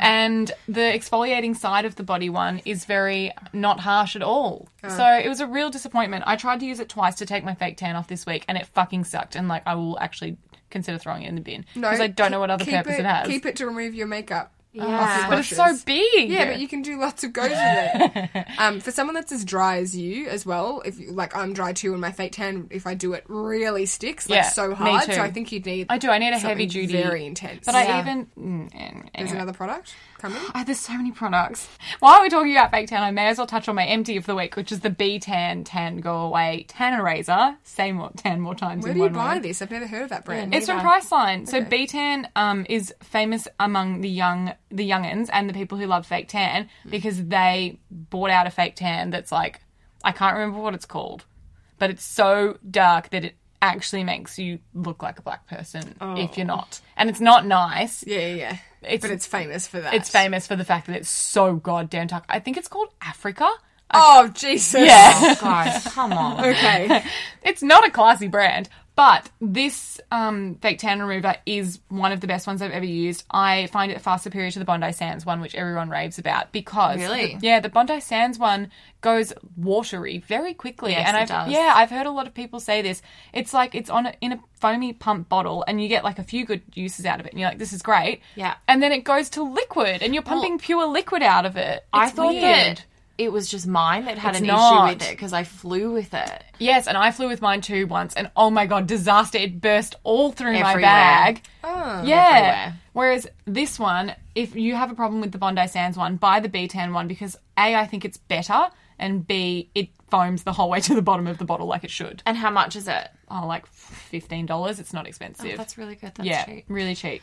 [SPEAKER 2] And the exfoliating side of the body one is very not harsh at all. So it was a real disappointment. I tried to use it twice to take my fake tan off this week and it fucking sucked. And like, I will actually consider throwing it in the bin because I don't know what other
[SPEAKER 4] keep
[SPEAKER 2] purpose it, has.
[SPEAKER 4] Keep it to remove your makeup.
[SPEAKER 1] Yeah.
[SPEAKER 2] but it's so big.
[SPEAKER 4] Yeah, but you can do lots of goes with it. um, for someone that's as dry as you, as well, if you, like I'm dry too, and my fake tan, if I do it, really sticks, like
[SPEAKER 2] Yeah,
[SPEAKER 4] so
[SPEAKER 2] me
[SPEAKER 4] hard.
[SPEAKER 2] too.
[SPEAKER 4] So I think you would need.
[SPEAKER 2] I do. I need a
[SPEAKER 4] something
[SPEAKER 2] heavy duty,
[SPEAKER 4] very intense.
[SPEAKER 2] But I
[SPEAKER 4] Yeah.
[SPEAKER 2] even mm, mm,
[SPEAKER 4] There's
[SPEAKER 2] anyway.
[SPEAKER 4] another product coming.
[SPEAKER 2] Oh, there's so many products. While we're talking about fake tan, I may as well touch on my empty of the week, which is the B Tan Tan Go Away Tan Eraser. Say more tan more times.
[SPEAKER 4] Where
[SPEAKER 2] in
[SPEAKER 4] do you
[SPEAKER 2] one
[SPEAKER 4] buy
[SPEAKER 2] word.
[SPEAKER 4] this? I've never heard of that brand.
[SPEAKER 2] It's from Priceline. So B tan um, is famous among the young the youngins and the people who love fake tan
[SPEAKER 4] Hmm.
[SPEAKER 2] because they bought out a fake tan that's like I can't remember what it's called, but it's so dark that it actually makes you look like a black person if
[SPEAKER 4] Oh.
[SPEAKER 2] you're not. And it's not nice.
[SPEAKER 4] yeah, yeah, yeah.
[SPEAKER 2] It's-
[SPEAKER 4] but it's famous for that.
[SPEAKER 2] It's famous for the fact that it's so goddamn dark. I think it's called Africa.
[SPEAKER 4] Oh Jesus!
[SPEAKER 2] Yeah.
[SPEAKER 1] Guys, Oh, come on.
[SPEAKER 4] Okay.
[SPEAKER 2] it's not a classy brand, but this um, fake tan remover is one of the best ones I've ever used. I find it far superior to the Bondi Sands one, which everyone raves about because
[SPEAKER 1] Really?
[SPEAKER 2] yeah, the Bondi Sands one goes watery very quickly,
[SPEAKER 1] Yes,
[SPEAKER 2] and
[SPEAKER 1] it
[SPEAKER 2] I've
[SPEAKER 1] does.
[SPEAKER 2] yeah, I've heard a lot of people say this. It's like it's on a, in a foamy pump bottle, and you get like a few good uses out of it, and you're like, this is great.
[SPEAKER 1] Yeah.
[SPEAKER 2] and then it goes to liquid, and you're pumping pure liquid out of it.
[SPEAKER 1] I
[SPEAKER 2] It's
[SPEAKER 1] thought
[SPEAKER 2] weird.
[SPEAKER 1] that it was just mine that had
[SPEAKER 2] It's
[SPEAKER 1] an
[SPEAKER 2] not.
[SPEAKER 1] issue with it because I flew with it.
[SPEAKER 2] Yes, and I flew with mine too once, and oh my god, disaster! It burst all through my
[SPEAKER 1] Everywhere.
[SPEAKER 2] bag. Oh, yeah.
[SPEAKER 1] everywhere.
[SPEAKER 2] Whereas this one, if you have a problem with the Bondi Sands one, buy the B Tan one because a I think it's better, and b it foams the whole way to the bottom of the bottle like it should.
[SPEAKER 1] And how much is it?
[SPEAKER 2] Oh, like fifteen dollars. It's not expensive.
[SPEAKER 1] Oh, That's really good. That's
[SPEAKER 2] yeah,
[SPEAKER 1] cheap.
[SPEAKER 2] really cheap.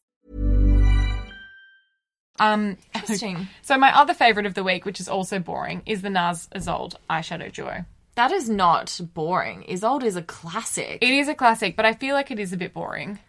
[SPEAKER 2] Um,
[SPEAKER 1] Interesting.
[SPEAKER 2] so my other favorite of the week, which is also boring, is the Nars Isolde eyeshadow duo.
[SPEAKER 1] That is not boring. Isolde is a classic.
[SPEAKER 2] It is a classic, but I feel like it is a bit boring.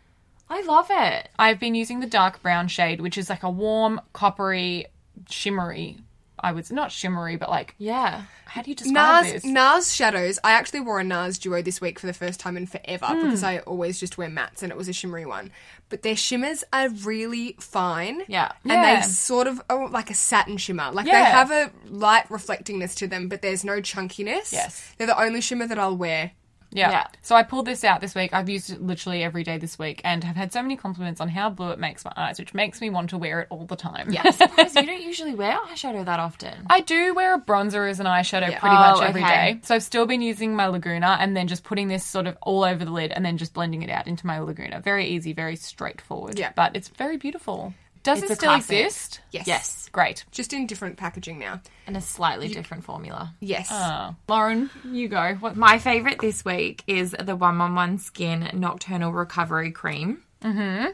[SPEAKER 1] I love it.
[SPEAKER 2] I've been using the dark brown shade, which is like a warm, coppery, shimmery I would say, not shimmery, but like,
[SPEAKER 1] Yeah.
[SPEAKER 2] how do you describe
[SPEAKER 4] Nas
[SPEAKER 2] this?
[SPEAKER 4] Nas shadows. I actually wore a Nas duo this week for the first time in forever
[SPEAKER 1] Hmm.
[SPEAKER 4] because I always just wear mattes and it was a shimmery one. But their shimmers are really fine.
[SPEAKER 1] Yeah.
[SPEAKER 4] And
[SPEAKER 2] Yeah.
[SPEAKER 4] they sort of are like a satin shimmer. Like they
[SPEAKER 2] Yeah.
[SPEAKER 4] have a light reflectingness to them, but there's no chunkiness.
[SPEAKER 2] Yes.
[SPEAKER 4] They're the only shimmer that I'll wear.
[SPEAKER 2] Yeah.
[SPEAKER 1] Yeah.
[SPEAKER 2] So I pulled this out this week. I've used it literally every day this week and have had so many compliments on how blue it makes my eyes, which makes me want to wear it all the time. Yes.
[SPEAKER 1] Because you don't usually wear eyeshadow that often.
[SPEAKER 2] I do wear a bronzer as an eyeshadow pretty
[SPEAKER 1] Oh,
[SPEAKER 2] much every day.
[SPEAKER 1] okay.
[SPEAKER 2] So I've still been using my Laguna and then just putting this sort of all over the lid and then just blending it out into my Laguna. Very easy, very straightforward.
[SPEAKER 4] Yeah.
[SPEAKER 2] But it's very beautiful. Does
[SPEAKER 1] It's
[SPEAKER 2] it
[SPEAKER 1] a
[SPEAKER 2] still
[SPEAKER 1] classic.
[SPEAKER 2] exist?
[SPEAKER 4] Yes.
[SPEAKER 1] Yes.
[SPEAKER 2] Great.
[SPEAKER 4] Just in different packaging now.
[SPEAKER 1] And a slightly different formula.
[SPEAKER 4] Yes.
[SPEAKER 1] Ah.
[SPEAKER 2] Lauren, you go. What
[SPEAKER 1] My favorite this week is the One One One Skin Nocturnal Recovery Cream. Mm-hmm.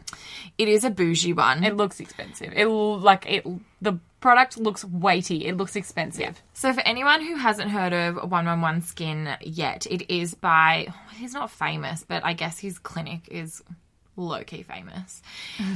[SPEAKER 1] is a bougie one.
[SPEAKER 2] it looks expensive. It l- like it the product looks weighty. It looks expensive.
[SPEAKER 1] So, for anyone who hasn't heard of 111 Skin yet, it is by, he's not famous, but I guess his clinic is low key famous.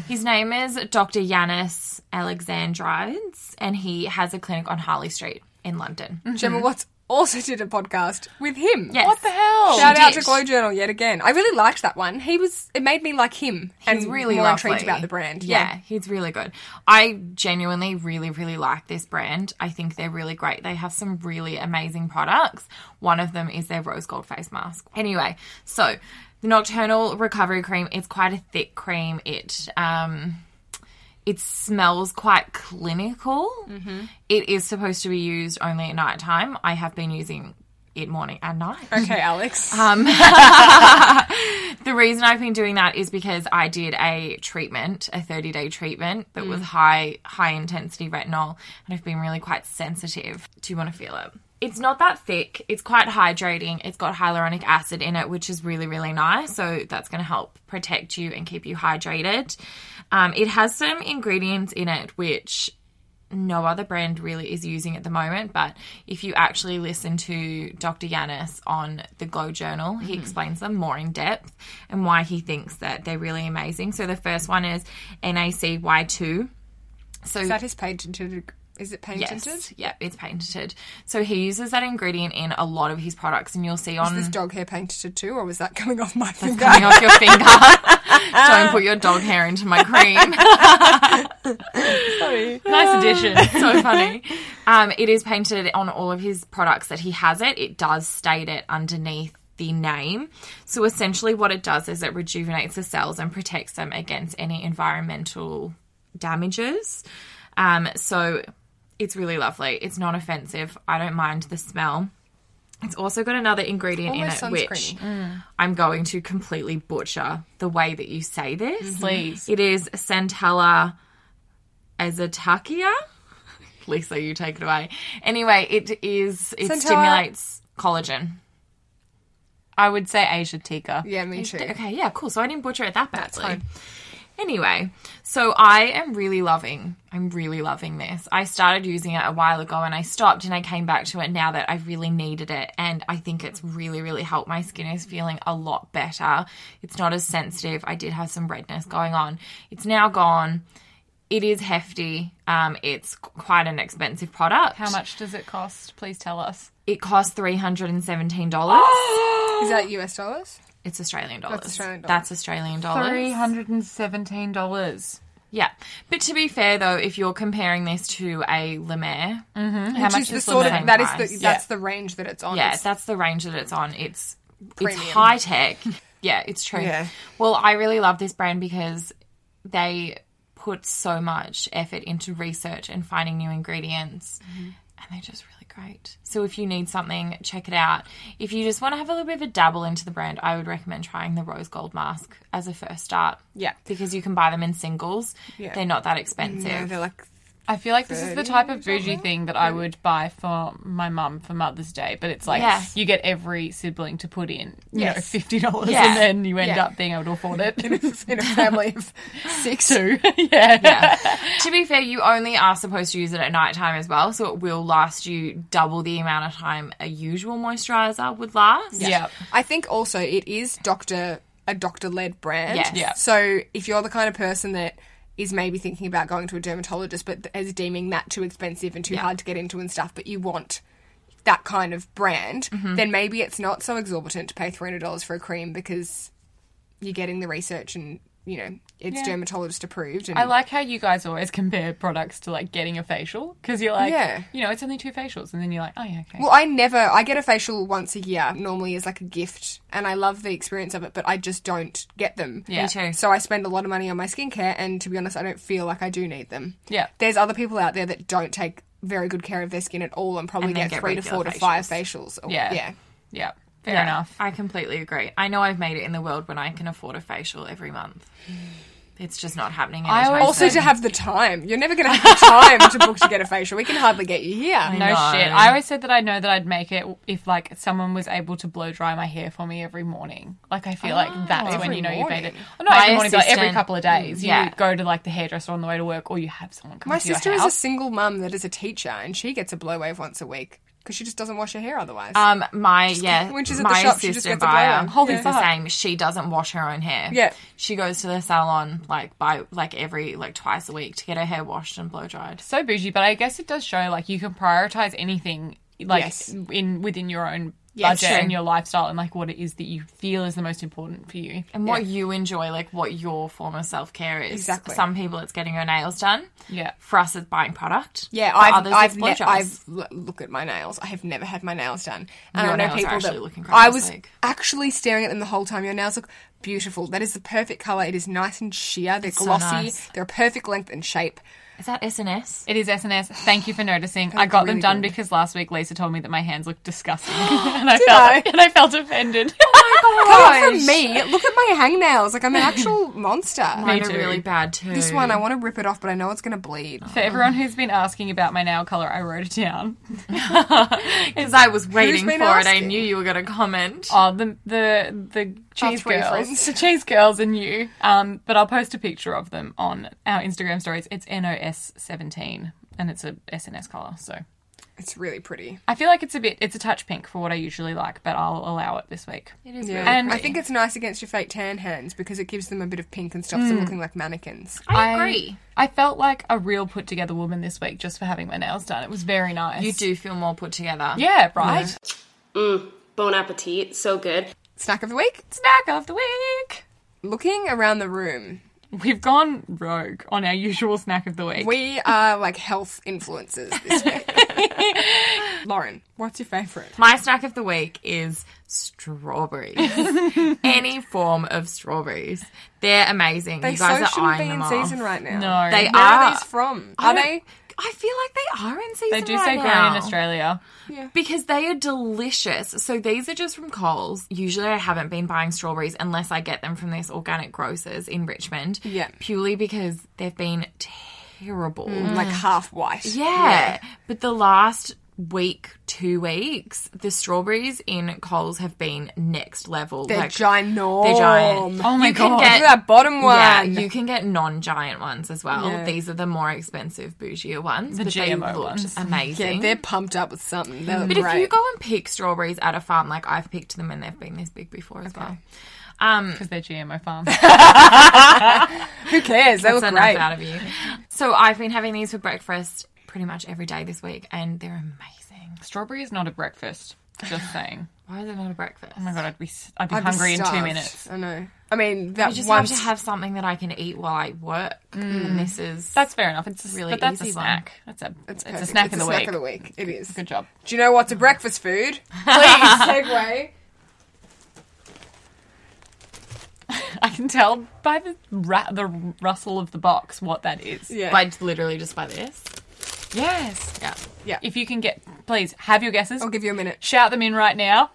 [SPEAKER 1] his name is Dr. Yanis Alexandrides, and he has a clinic on Harley Street in London.
[SPEAKER 4] Gemma Watts also did a podcast with him.
[SPEAKER 1] Mm-hmm. Yes.
[SPEAKER 2] What the hell?
[SPEAKER 4] Shout out to
[SPEAKER 1] did.
[SPEAKER 4] Glow Journal yet again. I really liked that one. He was. It made me like him
[SPEAKER 1] He's
[SPEAKER 4] and
[SPEAKER 1] really
[SPEAKER 4] more
[SPEAKER 1] lovely.
[SPEAKER 4] intrigued about the brand.
[SPEAKER 1] Yeah, he's really good. I genuinely really, really like this brand. I think they're really great. They have some really amazing products. One of them is their rose gold face mask. Anyway, so the Nocturnal Recovery Cream, it's quite a thick cream. It um it smells quite clinical.
[SPEAKER 4] Mm-hmm.
[SPEAKER 1] It is supposed to be used only at night time. I have been using it morning and night.
[SPEAKER 4] Okay, Alex.
[SPEAKER 1] The reason I've been doing that is because I did a treatment, a 30 day treatment that was high high intensity retinol, and I've been really quite sensitive. Do you want to feel it? It's not that thick. It's quite hydrating. It's got hyaluronic acid in it, which is really really nice. So that's going to help protect you and keep you hydrated. Um, it has some ingredients in it which no other brand really is using at the moment. But if you actually listen to Dr. Yanis on the Glow Journal, he
[SPEAKER 4] Mm-hmm.
[SPEAKER 1] explains them more in depth and why he thinks that they're really amazing. So the first one is NACY2. So
[SPEAKER 4] Is that his patented? Is it patented?
[SPEAKER 1] yes, yeah, it's patented. So he uses that ingredient in a lot of his products, and you'll see on
[SPEAKER 4] Is this dog hair patented too, or was that coming off my finger?
[SPEAKER 1] coming off your finger. Don't put your dog hair into my cream.
[SPEAKER 2] Nice addition.
[SPEAKER 1] so funny. Um, it is painted on all of his products that he has it. It does state it underneath the name. So essentially, what it does is it rejuvenates the cells and protects them against any environmental damages. Um, so it's really lovely. It's non offensive. I don't mind the smell. It's also got another ingredient in it,
[SPEAKER 4] Almost
[SPEAKER 1] which
[SPEAKER 4] sunscreen.
[SPEAKER 1] I'm going to completely butcher the way that you say
[SPEAKER 4] Mm-hmm.
[SPEAKER 1] this.
[SPEAKER 2] Please.
[SPEAKER 1] It is Centella azatakia. Lisa, you take it away. Anyway, it is it
[SPEAKER 4] Centella-
[SPEAKER 1] stimulates collagen.
[SPEAKER 2] I would say Asia Tika.
[SPEAKER 4] yeah, me too.
[SPEAKER 1] Okay, yeah, cool. So I didn't butcher it that badly. Anyway, so I am really loving. I'm really loving this. I started using it a while ago and I stopped and I came back to it now that I really needed it and I think it's really really helped. My skin is feeling a lot better. It's not as sensitive. I did have some redness going on. It's now gone. It is hefty. Um, it's quite an expensive product.
[SPEAKER 2] How much does it cost? Please tell us.
[SPEAKER 1] It costs three hundred and seventeen dollars.
[SPEAKER 4] Is that US dollars?
[SPEAKER 1] It's Australian dollars. That's
[SPEAKER 4] Australian dollars.
[SPEAKER 1] That's Australian dollars.
[SPEAKER 2] $317.
[SPEAKER 1] Yeah. But to be fair, though, if you're comparing this to a Le Maire,
[SPEAKER 2] How much
[SPEAKER 4] Mm-hmm. Which is the
[SPEAKER 2] is
[SPEAKER 4] sort
[SPEAKER 2] Lemaire?
[SPEAKER 4] of that is
[SPEAKER 1] price.
[SPEAKER 4] the that's the range that it's on.
[SPEAKER 1] yeah,
[SPEAKER 4] It's-
[SPEAKER 1] that's the range that it's on. It's
[SPEAKER 4] Premium.
[SPEAKER 1] it's high tech. yeah, it's true.
[SPEAKER 4] Yeah.
[SPEAKER 1] Well, I really love this brand because they put so much effort into research and finding new ingredients.
[SPEAKER 4] Mm-hmm.
[SPEAKER 1] And they're just really great. So if you need something, check it out. If you just want to have a little bit of a dabble into the brand, I would recommend trying the rose gold mask as a first start.
[SPEAKER 4] Yeah.
[SPEAKER 1] Because you can buy them in singles. They're not that expensive.
[SPEAKER 4] No, they're like
[SPEAKER 2] I feel like this is the type of bougie thing that I would buy for my mum for Mother's Day, but it's like
[SPEAKER 1] Yeah.
[SPEAKER 2] you get every sibling to put in, you know,
[SPEAKER 4] Yes.
[SPEAKER 2] fifty dollars,
[SPEAKER 1] Yeah.
[SPEAKER 2] and then you end
[SPEAKER 4] Yeah.
[SPEAKER 2] up being able to afford it.
[SPEAKER 4] in a family of six.
[SPEAKER 2] Two, yeah.
[SPEAKER 1] to be fair, you only are supposed to use it at night time as well, so it will last you double the amount of time a usual moisturizer would last.
[SPEAKER 2] yeah.
[SPEAKER 4] I think also it is doctor a doctor led brand.
[SPEAKER 1] Yes. Yeah.
[SPEAKER 4] So if you're the kind of person that is maybe thinking about going to a dermatologist, but is deeming that too expensive and too hard to get into and stuff, but you want that kind of brand, then maybe it's not so exorbitant to pay $300 for a cream because you're getting the research and, you know, it's dermatologist approved. And
[SPEAKER 2] I like how you guys always compare products to like getting a facial because you're like,
[SPEAKER 4] Yeah.
[SPEAKER 2] you know, it's only two facials, and then you're like, oh yeah, okay.
[SPEAKER 4] Well, I never. I get a facial once a year, normally as like a gift, and I love the experience of it, but I just don't get them.
[SPEAKER 2] Yeah. Me too.
[SPEAKER 4] So I spend a lot of money on my skincare, and to be honest, I don't feel like I do need them.
[SPEAKER 2] Yeah.
[SPEAKER 4] There's other people out there that don't take very good care of their skin at all, and probably
[SPEAKER 1] And then
[SPEAKER 4] get,
[SPEAKER 1] get
[SPEAKER 4] three to
[SPEAKER 1] regular
[SPEAKER 4] four to five facials. Or,
[SPEAKER 2] yeah,
[SPEAKER 4] Yeah.
[SPEAKER 2] yeah, fair
[SPEAKER 1] Yeah,
[SPEAKER 2] enough.
[SPEAKER 1] I completely agree. I know I've made it in the world when I can afford a facial every month. It's just not happening.
[SPEAKER 2] I
[SPEAKER 1] anytime
[SPEAKER 2] always-
[SPEAKER 4] Also,
[SPEAKER 1] soon.
[SPEAKER 4] to have the time. You're never going to have the time to book to get a facial. We can hardly get you here.
[SPEAKER 2] No shit. I always said that I know that I'd make it if like someone was able to blow dry my hair for me every morning. Like I feel like that's when
[SPEAKER 4] Ah, every
[SPEAKER 2] you know you've made it.
[SPEAKER 4] morning.
[SPEAKER 2] Oh, no,
[SPEAKER 1] My
[SPEAKER 2] every morning, but every
[SPEAKER 1] assistant-
[SPEAKER 2] couple of days. You
[SPEAKER 1] Yeah.
[SPEAKER 2] go to like the hairdresser on the way to work, or you have someone come
[SPEAKER 4] My
[SPEAKER 2] to your
[SPEAKER 4] sister is a
[SPEAKER 2] house.
[SPEAKER 4] single mum that is a teacher, and she gets a blow wave once a week because she just doesn't wash her hair otherwise.
[SPEAKER 1] Um, my yeah,
[SPEAKER 4] when she's at the
[SPEAKER 1] my
[SPEAKER 4] shop, she just
[SPEAKER 1] sister
[SPEAKER 4] gets a
[SPEAKER 1] buyer
[SPEAKER 4] blow-on. Holy
[SPEAKER 1] is the
[SPEAKER 4] fuck.
[SPEAKER 1] same. She doesn't wash her own hair.
[SPEAKER 4] Yeah.
[SPEAKER 1] she goes to the salon like by like every like twice a week to get her hair washed and blow dried.
[SPEAKER 2] so bougie, but I guess it does show like you can prioritize anything like
[SPEAKER 4] Yes.
[SPEAKER 2] in within your own
[SPEAKER 4] Yes,
[SPEAKER 2] budget
[SPEAKER 4] true.
[SPEAKER 2] and your lifestyle and like what it is that you feel is the most important for you.
[SPEAKER 1] And what you enjoy, like what your form of self care is.
[SPEAKER 4] Exactly.
[SPEAKER 1] Some people, it's getting your nails done.
[SPEAKER 2] Yeah.
[SPEAKER 1] For us, it's buying product.
[SPEAKER 4] Yeah,
[SPEAKER 1] For
[SPEAKER 4] I've,
[SPEAKER 1] others,
[SPEAKER 4] I've,
[SPEAKER 1] it's
[SPEAKER 4] ne-
[SPEAKER 1] blow dries.
[SPEAKER 4] I've l- look at my nails. I have never had my nails done, and
[SPEAKER 1] Your
[SPEAKER 4] I know
[SPEAKER 1] nails are
[SPEAKER 4] people
[SPEAKER 1] actually
[SPEAKER 4] that
[SPEAKER 1] looking great
[SPEAKER 4] I
[SPEAKER 1] this
[SPEAKER 4] was
[SPEAKER 1] week.
[SPEAKER 4] actually staring at them the whole time. Your nails look beautiful. That is the perfect color. It is nice and sheer. They're
[SPEAKER 1] so
[SPEAKER 4] glossy.
[SPEAKER 1] nice.
[SPEAKER 4] They're a perfect length and shape.
[SPEAKER 1] Is that SNS?
[SPEAKER 2] It is SNS. Thank you for noticing. I got them done because last week Lisa told me that my hands looked disgusting, and I felt
[SPEAKER 4] I?
[SPEAKER 2] and I felt offended.
[SPEAKER 1] Oh
[SPEAKER 4] Come from me. Look at my hangnails. Like I'm an actual monster.
[SPEAKER 1] Mine
[SPEAKER 2] Me
[SPEAKER 1] are
[SPEAKER 2] too.
[SPEAKER 1] really bad too.
[SPEAKER 4] This one, I want to rip it off, but I know it's going to bleed.
[SPEAKER 2] For everyone who's been asking about my nail color, I wrote it down.
[SPEAKER 1] Because I was waiting for
[SPEAKER 4] been
[SPEAKER 1] it. I
[SPEAKER 4] asking?
[SPEAKER 1] knew you were going to comment.
[SPEAKER 2] Oh, the the the cheese
[SPEAKER 4] three
[SPEAKER 2] girls,
[SPEAKER 4] friends.
[SPEAKER 2] the cheese girls, and you. Um, but I'll post a picture of them on our Instagram stories. It's nos seventeen, and it's a SNS color. So
[SPEAKER 4] It's really pretty.
[SPEAKER 2] I feel like it's a bit, it's a touch pink for what I usually like, but I'll allow it this week. It is.
[SPEAKER 4] Yeah.
[SPEAKER 2] And-
[SPEAKER 4] I think it's nice against your fake tan hands because it gives them a bit of pink and stops them looking like mannequins.
[SPEAKER 1] Hmm. I agree.
[SPEAKER 2] I felt like a real put together woman this week just for having my nails done. It was very nice.
[SPEAKER 1] You do feel more put together.
[SPEAKER 2] Yeah, right.
[SPEAKER 7] Bon appetit, so good.
[SPEAKER 4] Snack of the week.
[SPEAKER 2] Snack of the week.
[SPEAKER 4] Looking around the room.
[SPEAKER 2] We've gone rogue on our usual snack of the week.
[SPEAKER 4] We are like health influencers this week. Lauren, what's your favourite?
[SPEAKER 1] My snack of the week is strawberries. Any form of strawberries. They're amazing.
[SPEAKER 4] They
[SPEAKER 1] you
[SPEAKER 4] so
[SPEAKER 1] guys
[SPEAKER 4] shouldn't
[SPEAKER 1] are eyeing
[SPEAKER 4] be in
[SPEAKER 1] them
[SPEAKER 4] season
[SPEAKER 1] off.
[SPEAKER 4] right now.
[SPEAKER 2] No.
[SPEAKER 1] They
[SPEAKER 4] Where
[SPEAKER 1] are.
[SPEAKER 4] are these from?
[SPEAKER 1] I
[SPEAKER 4] Are
[SPEAKER 1] don't-
[SPEAKER 4] they?
[SPEAKER 1] I feel like they are in season.
[SPEAKER 2] They do
[SPEAKER 1] right
[SPEAKER 2] say
[SPEAKER 1] now.
[SPEAKER 2] grown in Australia.
[SPEAKER 1] because they are delicious. So these are just from Coles. Usually I haven't been buying strawberries unless I get them from this organic grocers in Richmond.
[SPEAKER 4] Yeah.
[SPEAKER 1] Purely because they've been terrible.
[SPEAKER 4] Like half white.
[SPEAKER 1] Mm. Yeah. But the last week, two weeks, the strawberries in Coles have been next level.
[SPEAKER 4] They're
[SPEAKER 1] Like,
[SPEAKER 4] ginorm.
[SPEAKER 1] They're giant.
[SPEAKER 2] Oh my
[SPEAKER 1] You can
[SPEAKER 2] God.
[SPEAKER 1] get-
[SPEAKER 4] Look at that bottom one.
[SPEAKER 1] Yeah, you can get non-giant ones as well. These are the more expensive, bougier ones.
[SPEAKER 2] The
[SPEAKER 1] but they
[SPEAKER 2] GMO
[SPEAKER 1] looked
[SPEAKER 2] ones.
[SPEAKER 1] amazing.
[SPEAKER 4] Yeah, they're pumped up with something. They look
[SPEAKER 1] But
[SPEAKER 4] great.
[SPEAKER 1] if you go and pick strawberries at a farm, like I've picked them and they've been this big before as well. Um,
[SPEAKER 2] Because they're GMO farm.
[SPEAKER 4] Who cares? They
[SPEAKER 1] that's
[SPEAKER 4] look
[SPEAKER 1] enough
[SPEAKER 4] great.
[SPEAKER 1] out of you. So I've been having these for breakfast pretty much every day this week, and they're amazing.
[SPEAKER 2] Strawberry is not a breakfast. Just saying.
[SPEAKER 1] Why is it not a breakfast?
[SPEAKER 2] Oh my god, I'd be s- I'd be
[SPEAKER 4] I'd be
[SPEAKER 2] hungry in two
[SPEAKER 4] starved.
[SPEAKER 2] minutes.
[SPEAKER 4] I know. I mean, that
[SPEAKER 1] I just
[SPEAKER 4] one.
[SPEAKER 1] have to have something that I can eat while I work,
[SPEAKER 4] Mm.
[SPEAKER 1] and this is
[SPEAKER 2] That's fair enough. It's
[SPEAKER 1] Really
[SPEAKER 2] really but that's a
[SPEAKER 1] easy one.
[SPEAKER 2] snack. That's a it's, a
[SPEAKER 4] perfect.
[SPEAKER 2] snack
[SPEAKER 4] It's
[SPEAKER 2] of the
[SPEAKER 4] a
[SPEAKER 2] week.
[SPEAKER 4] snack of the week. It is.
[SPEAKER 2] Good job.
[SPEAKER 4] Do you know what's a breakfast food? Please segue.
[SPEAKER 2] I can tell by the ra- the rustle of the box what that is.
[SPEAKER 4] Yeah.
[SPEAKER 1] by literally just by this.
[SPEAKER 2] Yes.
[SPEAKER 1] Yeah.
[SPEAKER 4] yeah.
[SPEAKER 2] If you can get, please have your guesses.
[SPEAKER 4] I'll give you a minute.
[SPEAKER 2] Shout them in right now.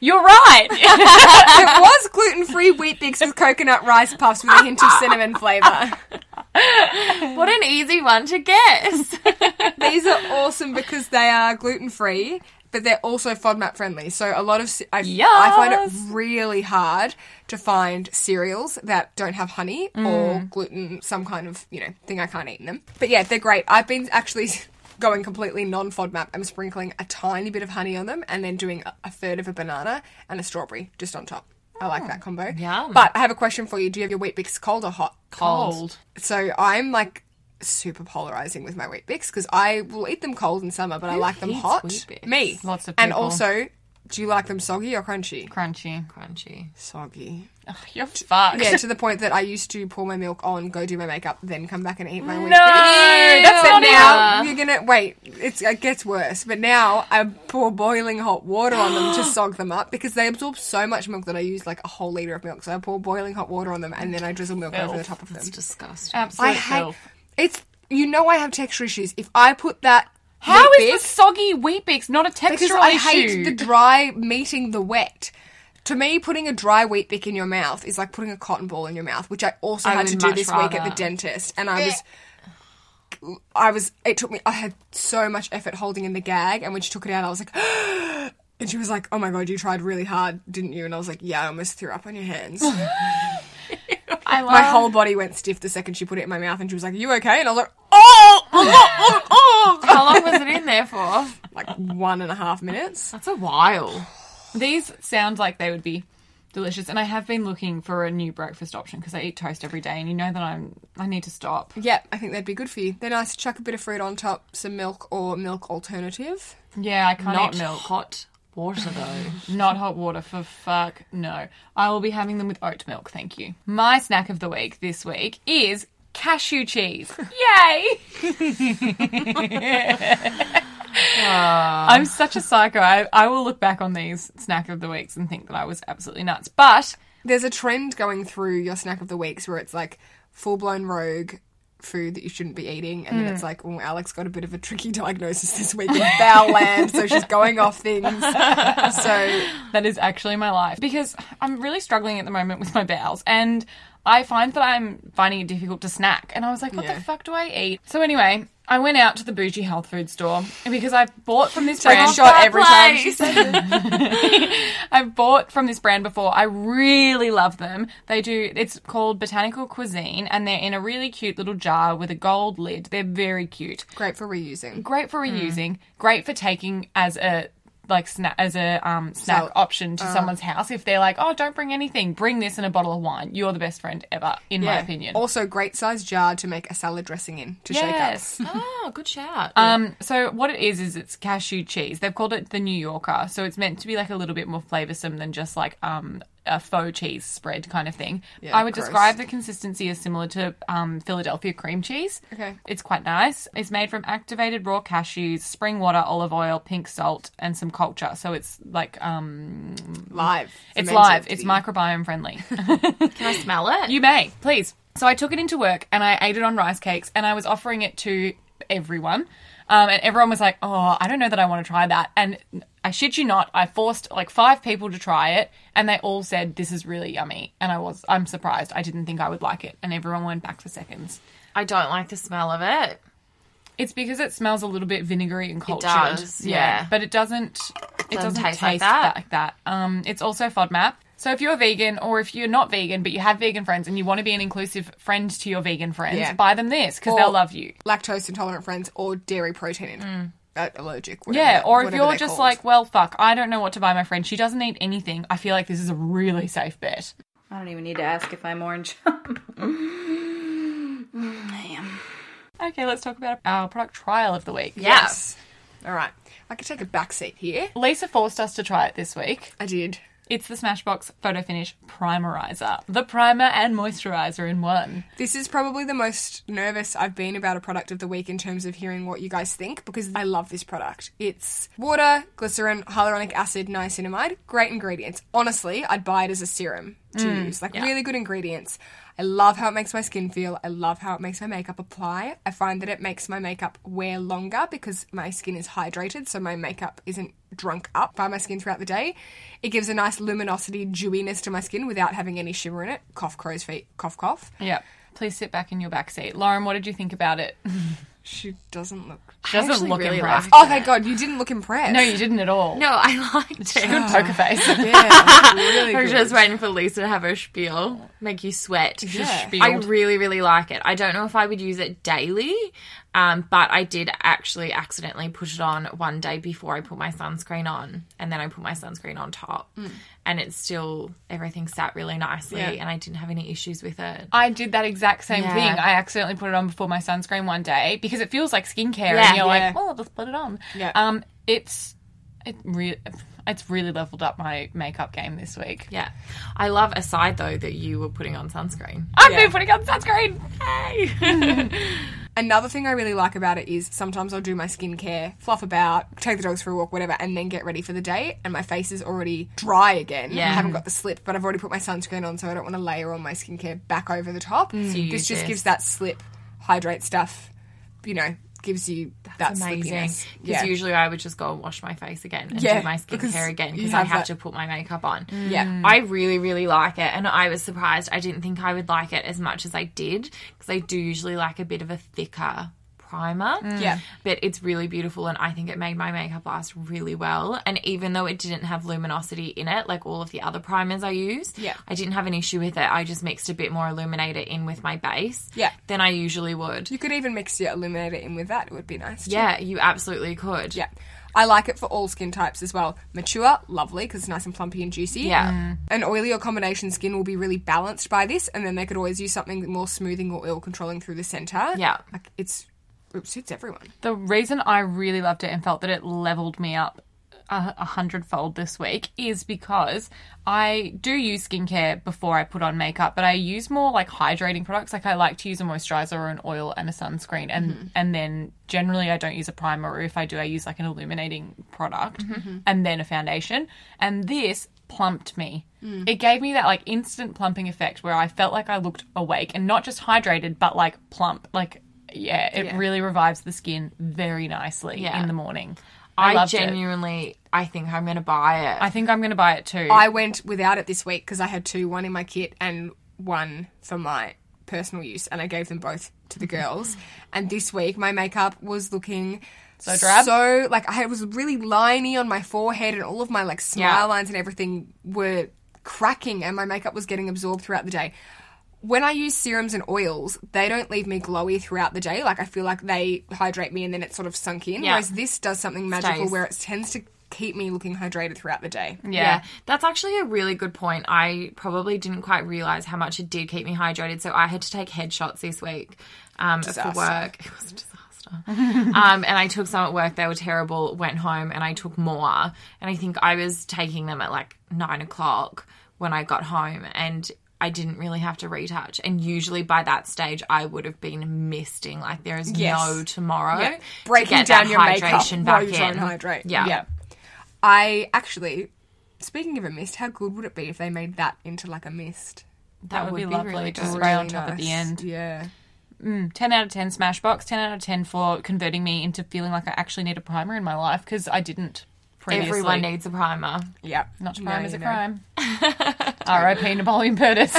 [SPEAKER 2] You're right.
[SPEAKER 4] it was gluten-free wheat bix with coconut rice puffs with a hint of cinnamon flavour.
[SPEAKER 1] What an easy one to guess.
[SPEAKER 4] These are awesome because they are gluten free, but they're also FODMAP friendly. So a lot of ce- I, I find it really hard to find cereals that don't have honey or
[SPEAKER 1] Mm.
[SPEAKER 4] gluten, some kind of you know thing I can't eat in them. But yeah, they're great. I've been actually. Going completely non FODMAP, I'm sprinkling a tiny bit of honey on them and then doing a- a third of a banana and a strawberry just on top. I like that combo.
[SPEAKER 1] Oh, Yum.
[SPEAKER 4] But I have a question for you. Do you have your wheat bix cold or hot?
[SPEAKER 1] Cold.
[SPEAKER 4] So I'm like super polarizing with my wheat bix because I will eat them cold in summer, but I like them
[SPEAKER 1] hates
[SPEAKER 4] hot.
[SPEAKER 1] Weet Bix?
[SPEAKER 4] Me.
[SPEAKER 2] Lots of
[SPEAKER 4] And
[SPEAKER 2] people.
[SPEAKER 4] also, do you like them soggy or crunchy?
[SPEAKER 2] Crunchy.
[SPEAKER 1] Crunchy.
[SPEAKER 4] Soggy.
[SPEAKER 2] Ugh, you're fucked.
[SPEAKER 4] Yeah, to the point that I used to pour my milk on, go do my makeup, then come back and eat my wheat.
[SPEAKER 2] No,
[SPEAKER 4] Bix.
[SPEAKER 2] that's
[SPEAKER 4] But
[SPEAKER 2] not
[SPEAKER 4] now you're gonna wait. It's, it gets worse. But now I pour boiling hot water on them to sog them up because they absorb so much milk that I use like a whole liter of milk. So I pour boiling hot water on them and then I drizzle milk over the top of them.
[SPEAKER 1] It's disgusting.
[SPEAKER 2] Absolute
[SPEAKER 4] I hate.
[SPEAKER 2] filth.
[SPEAKER 4] It's you know I have texture issues. If I put that
[SPEAKER 2] How
[SPEAKER 4] meat
[SPEAKER 2] Oh, is
[SPEAKER 4] bix-
[SPEAKER 2] the soggy wheat bix not a textural
[SPEAKER 4] because I
[SPEAKER 2] issue?
[SPEAKER 4] hate the dry meeting the wet. To me, putting a dry wheat bick in your mouth is like putting a cotton ball in your mouth, which I also
[SPEAKER 1] I
[SPEAKER 4] had to
[SPEAKER 1] would
[SPEAKER 4] do
[SPEAKER 1] much
[SPEAKER 4] this week at
[SPEAKER 1] rather.
[SPEAKER 4] the dentist, and I was. I was. It took me. I had so much effort holding in the gag, and when she took it out, I was like, and she was like, "Oh my god, you tried really hard, didn't you?" And I was like, "Yeah, I almost threw up on your hands."
[SPEAKER 2] I love
[SPEAKER 4] my whole body went stiff the second she put it in my mouth, and she was like, "Are you okay?" And I was like, "Oh, oh, oh, oh."
[SPEAKER 1] How long was it in there for?
[SPEAKER 4] like one and a half minutes.
[SPEAKER 1] That's a while.
[SPEAKER 2] These sound like they would be delicious, and I have been looking for a new breakfast option because I eat toast every day, and you know that I'm I need to stop.
[SPEAKER 4] Yeah, I think that'd be good for you. They're nice. Chuck a bit of fruit on top, some milk or milk alternative.
[SPEAKER 2] Yeah, I can't
[SPEAKER 1] Not
[SPEAKER 2] eat milk,
[SPEAKER 1] hot water though.
[SPEAKER 2] not hot water for fuck no. I will be having them with oat milk, thank you. My snack of the week this week is cashew cheese. Yay! I'm such a psycho. I, I will look back on these snack of the weeks and think that I was absolutely nuts. But
[SPEAKER 4] There's a trend going through your snack of the weeks where it's like full blown rogue food that you shouldn't be eating, and
[SPEAKER 2] Hmm.
[SPEAKER 4] then it's like, oh, Alex got a bit of a tricky diagnosis this week in bowel land, so she's going off things. So
[SPEAKER 2] that is actually my life because I'm really struggling at the moment with my bowels and I find that I'm finding it difficult to snack. And I was like, what the fuck do I eat? So, anyway, I went out to the bougie health food store because I bought from this
[SPEAKER 4] take
[SPEAKER 2] brand.
[SPEAKER 4] a shot every time she says it.
[SPEAKER 2] I've bought from this brand before. I really love them. They do, it's called Botanical Cuisine and they're in a really cute little jar with a gold lid. They're very cute
[SPEAKER 4] Great for reusing.
[SPEAKER 2] great for reusing, great for taking as a like sna- as a um, snack
[SPEAKER 4] So-
[SPEAKER 2] option to someone's house if they're like, oh, don't bring anything, bring this and a bottle of wine. You're the best friend ever, in my
[SPEAKER 4] Yeah.
[SPEAKER 2] opinion.
[SPEAKER 4] Also, great size jar to make a salad dressing in to shake
[SPEAKER 2] yes.
[SPEAKER 1] oh, good shout.
[SPEAKER 2] Um, so what it is is it's cashew cheese. They've called it the New Yorker, so it's meant to be like a little bit more flavoursome than just like um a faux cheese spread kind of thing. I would
[SPEAKER 4] gross.
[SPEAKER 2] describe the consistency as similar to um, Philadelphia cream cheese.
[SPEAKER 4] Okay.
[SPEAKER 2] it's quite nice. It's made from activated raw cashews, spring water, olive oil, pink salt, and some culture. So it's like um,
[SPEAKER 4] up live.
[SPEAKER 2] it's
[SPEAKER 4] fermented.
[SPEAKER 2] live. It's microbiome friendly.
[SPEAKER 1] Can I smell it?
[SPEAKER 2] You may, please. So I took it into work and I ate it on rice cakes and I was offering it to everyone. Um, and everyone was like, oh, I don't know that I want to try that. And I shit you not, I forced like five people to try it and they all said, this is really yummy. And I was, I'm surprised. I didn't think I would like it. And everyone went back for seconds.
[SPEAKER 1] I don't like the smell of it.
[SPEAKER 2] It's because it smells a little bit vinegary and cultured.
[SPEAKER 1] does, yeah.
[SPEAKER 2] But it doesn't it doesn't, taste, like that. Um it's also FODMAP. So if you're vegan or if you're not vegan but you have vegan friends and you want to be an inclusive friend to your vegan friends,
[SPEAKER 4] Yeah.
[SPEAKER 2] buy them this because
[SPEAKER 4] Or-
[SPEAKER 2] they'll love you.
[SPEAKER 4] lactose intolerant friends or dairy protein in-
[SPEAKER 1] Mm.
[SPEAKER 4] uh, allergic. whatever
[SPEAKER 2] Yeah,
[SPEAKER 4] that-
[SPEAKER 2] or if
[SPEAKER 4] whatever
[SPEAKER 2] you're
[SPEAKER 4] they're
[SPEAKER 2] just
[SPEAKER 4] called.
[SPEAKER 2] like, well, fuck, I don't know what to buy my friend. She doesn't eat anything. I feel like this is a really safe bet.
[SPEAKER 5] I don't even need to ask if I'm orange.
[SPEAKER 2] Okay, let's talk about our product trial of the week.
[SPEAKER 1] Yes.
[SPEAKER 4] all right, I could take a back seat here.
[SPEAKER 2] Lisa forced us to try it this week.
[SPEAKER 4] I did.
[SPEAKER 2] It's the Smashbox Photo Finish Primerizer. The primer and moisturizer in one.
[SPEAKER 4] This is probably the most nervous I've been about a product of the week in terms of hearing what you guys think because I love this product. It's water, glycerin, hyaluronic acid, niacinamide. Great ingredients. Honestly, I'd buy it as a serum to use. Like, really good ingredients. I love how it makes my skin feel. I love how it makes my makeup apply. I find that it makes my makeup wear longer because my skin is hydrated, so my makeup isn't drunk up by my skin throughout the day. It gives a nice luminosity, dewiness to my skin without having any shimmer in it. Cough, crow's feet, cough, cough.
[SPEAKER 2] Yeah. Please sit back in your back seat. Lauren, what did you think about it?
[SPEAKER 4] She doesn't look.
[SPEAKER 2] Doesn't
[SPEAKER 1] actually
[SPEAKER 2] look
[SPEAKER 1] really
[SPEAKER 2] impressed.
[SPEAKER 1] liked
[SPEAKER 4] Oh, thank God, you didn't look impressed.
[SPEAKER 2] No, you didn't at all.
[SPEAKER 1] No, I liked it.
[SPEAKER 2] Good poker face.
[SPEAKER 4] Yeah, really
[SPEAKER 1] I
[SPEAKER 4] good.
[SPEAKER 1] was just waiting for Lisa to have her spiel, make you sweat.
[SPEAKER 4] Yeah.
[SPEAKER 1] I really, really like it. I don't know if I would use it daily, Um, but I did actually accidentally put it on one day before I put my sunscreen on, and then I put my sunscreen on top,
[SPEAKER 4] Mm.
[SPEAKER 1] and it's still everything sat really nicely, and I didn't have any issues with it.
[SPEAKER 2] I did that exact same
[SPEAKER 1] Yeah.
[SPEAKER 2] thing. I accidentally put it on before my sunscreen one day because it feels like skincare,
[SPEAKER 1] Yeah.
[SPEAKER 2] and you're
[SPEAKER 4] Yeah.
[SPEAKER 2] like, "Oh, I'll just put it on."
[SPEAKER 4] Yeah.
[SPEAKER 2] Um, it's it really it's really leveled up my makeup game this week.
[SPEAKER 1] Yeah, I love aside though that you were putting on sunscreen.
[SPEAKER 2] I've been putting on sunscreen. Hey.
[SPEAKER 4] Another thing I really like about it is sometimes I'll do my skincare, fluff about, take the dogs for a walk, whatever, and then get ready for the day, and my face is already dry again.
[SPEAKER 1] Yeah.
[SPEAKER 4] I haven't got the slip, but I've already put my sunscreen on, so I don't want to layer all my skincare back over the top.
[SPEAKER 1] Mm. you
[SPEAKER 4] This
[SPEAKER 1] use
[SPEAKER 4] just
[SPEAKER 1] this.
[SPEAKER 4] gives that slip, hydrate stuff, you know, gives you that
[SPEAKER 1] Amazing,
[SPEAKER 4] slippiness.
[SPEAKER 1] because usually I would just go and wash my face again and
[SPEAKER 4] Yeah,
[SPEAKER 1] do my
[SPEAKER 4] because
[SPEAKER 1] skincare again
[SPEAKER 4] you
[SPEAKER 1] because I
[SPEAKER 4] have
[SPEAKER 1] have
[SPEAKER 4] that-
[SPEAKER 1] to
[SPEAKER 4] Mm.
[SPEAKER 1] put my makeup on.
[SPEAKER 4] Yeah.
[SPEAKER 1] I really, really like it, and I was surprised. I didn't think I would like it as much as I did because I do usually like a bit of a thicker primer.
[SPEAKER 4] Mm. Yeah.
[SPEAKER 1] but it's really beautiful, and I think it made my makeup last really well. And even though it didn't have luminosity in it, like all of the other primers I use,
[SPEAKER 4] Yeah.
[SPEAKER 1] I didn't have an issue with it. I just mixed a bit more illuminator in with my base,
[SPEAKER 4] Yeah.
[SPEAKER 1] than I usually would.
[SPEAKER 4] You could even mix your illuminator in with that, it would be nice. too.
[SPEAKER 1] yeah, you absolutely could.
[SPEAKER 4] Yeah. I like it for all skin types as well. Mature, lovely, because it's nice and plumpy and juicy.
[SPEAKER 1] Yeah.
[SPEAKER 4] An oily or combination skin will be really balanced by this, and then they could always use something more smoothing or oil controlling through the center.
[SPEAKER 1] Yeah.
[SPEAKER 4] Like, it's, it suits everyone.
[SPEAKER 2] the reason I really loved it and felt that it leveled me up a, a hundredfold this week is because I do use skincare before I put on makeup, but I use more like hydrating products. Like I like to use a moisturizer or an oil and a sunscreen, and
[SPEAKER 1] Mm-hmm.
[SPEAKER 2] and then generally I don't use a primer, or if I do, I use like an illuminating product
[SPEAKER 1] Mm-hmm,
[SPEAKER 2] and then a foundation. And this plumped me.
[SPEAKER 1] Mm.
[SPEAKER 2] It gave me that like instant plumping effect where I felt like I looked awake and not just hydrated, but like plump, like. Yeah, it really revives the skin very nicely
[SPEAKER 1] Yeah.
[SPEAKER 2] in the morning. I,
[SPEAKER 1] I,
[SPEAKER 2] loved it.
[SPEAKER 1] genuinely, I think I'm gonna buy it.
[SPEAKER 2] I think I'm going to buy it too.
[SPEAKER 1] Mm.
[SPEAKER 4] I went without it this week because I had two, one in my kit and one for my personal use, and I gave them both to the girls. and this week, my makeup was looking so
[SPEAKER 2] drab?
[SPEAKER 4] So like I was really liney on my forehead, and all of my like smile
[SPEAKER 1] Yeah.
[SPEAKER 4] lines and everything were cracking, and my makeup was getting absorbed throughout the day. When I use serums and oils, they don't leave me glowy throughout the day. Like I feel like they hydrate me, and then it sort of sunk in.
[SPEAKER 1] Yeah.
[SPEAKER 4] Whereas this does something magical
[SPEAKER 1] Stays.
[SPEAKER 4] where it tends to keep me looking hydrated throughout the day.
[SPEAKER 1] yeah. that's actually a really good point. I probably didn't quite realize how much it did keep me hydrated, so I had to take headshots this week um, for work. It was a disaster. um, and I took some at work; they were terrible. Went home and I took more, and I think I was taking them at like nine o'clock when I got home, and I didn't really have to retouch. And usually by that stage, I would have been misting. Like there is
[SPEAKER 4] Yes.
[SPEAKER 1] no tomorrow.
[SPEAKER 4] Yeah.
[SPEAKER 1] to
[SPEAKER 4] Breaking
[SPEAKER 1] get
[SPEAKER 4] down
[SPEAKER 1] that
[SPEAKER 4] your makeup
[SPEAKER 1] hydration
[SPEAKER 4] while
[SPEAKER 1] back
[SPEAKER 4] you're trying
[SPEAKER 1] in.
[SPEAKER 4] to hydrate.
[SPEAKER 1] Yeah.
[SPEAKER 2] yeah.
[SPEAKER 4] I actually, speaking of a mist, how good would it be if they made that into like a mist?
[SPEAKER 1] That,
[SPEAKER 2] would
[SPEAKER 1] would,
[SPEAKER 2] be
[SPEAKER 1] be,
[SPEAKER 2] lovely
[SPEAKER 1] really
[SPEAKER 2] to
[SPEAKER 1] good.
[SPEAKER 2] spray Right on top at the end.
[SPEAKER 4] Yeah.
[SPEAKER 2] 10 out of 10 Smashbox, 10 out of 10 for converting me into feeling like I actually need a primer in my life because I didn't previously.
[SPEAKER 1] Everyone needs a primer.
[SPEAKER 4] Yeah.
[SPEAKER 2] Not to
[SPEAKER 4] No,
[SPEAKER 2] crime is
[SPEAKER 4] you
[SPEAKER 2] a
[SPEAKER 4] know.
[SPEAKER 2] crime. R.I.P. Napoleon Curtis.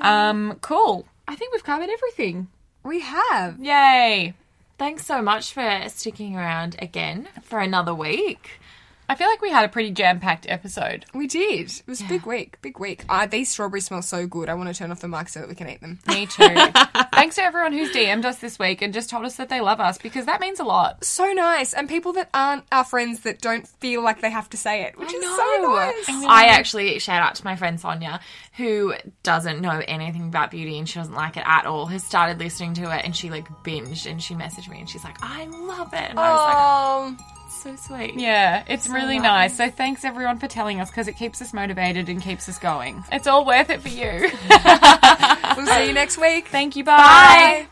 [SPEAKER 2] um, cool. I think we've covered everything.
[SPEAKER 4] We have.
[SPEAKER 2] Yay.
[SPEAKER 1] Thanks so much for sticking around again for another week.
[SPEAKER 2] I feel like we had a pretty jam packed episode.
[SPEAKER 4] We did. It was a big week. Big week. Uh, these strawberries smell so good. I want to turn off the mic so that we can eat them.
[SPEAKER 2] Me too. Thanks to everyone who's DM'd us this week and just told us that they love us because that means a lot.
[SPEAKER 4] So nice. And people that aren't our friends that don't feel like they have to say it, which is
[SPEAKER 1] No.
[SPEAKER 4] so nice.
[SPEAKER 1] I actually shout out to my friend Sonia, who doesn't know anything about beauty and she doesn't like it at all, has started listening to it and she like binged and she messaged me and she's like, I love it. And I was
[SPEAKER 4] Um,
[SPEAKER 1] like, so sweet.
[SPEAKER 2] Yeah, it's really nice. So thanks everyone for telling us because it keeps us motivated and keeps us going. It's all worth it for you.
[SPEAKER 4] we'll see you next week.
[SPEAKER 2] Thank you. Bye.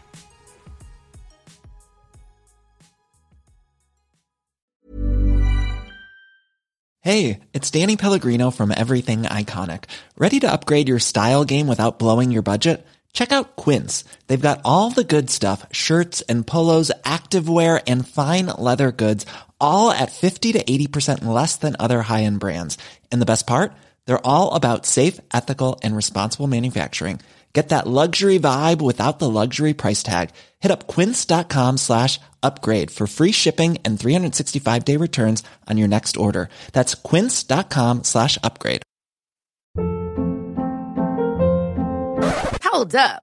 [SPEAKER 8] Hey, it's Danny Pellegrino from Everything Iconic. Ready to upgrade your style game without blowing your budget? Check out Quince. They've got all the good stuff, shirts and polos, activewear and fine leather goods, all at 50 to 80% less than other high-end brands. And the best part? They're all about safe, ethical and responsible manufacturing. Get that luxury vibe without the luxury price tag. Hit up quince.com slash upgrade for free shipping and 365 day returns on your next order. That's quince.com slash upgrade.
[SPEAKER 9] Hold up.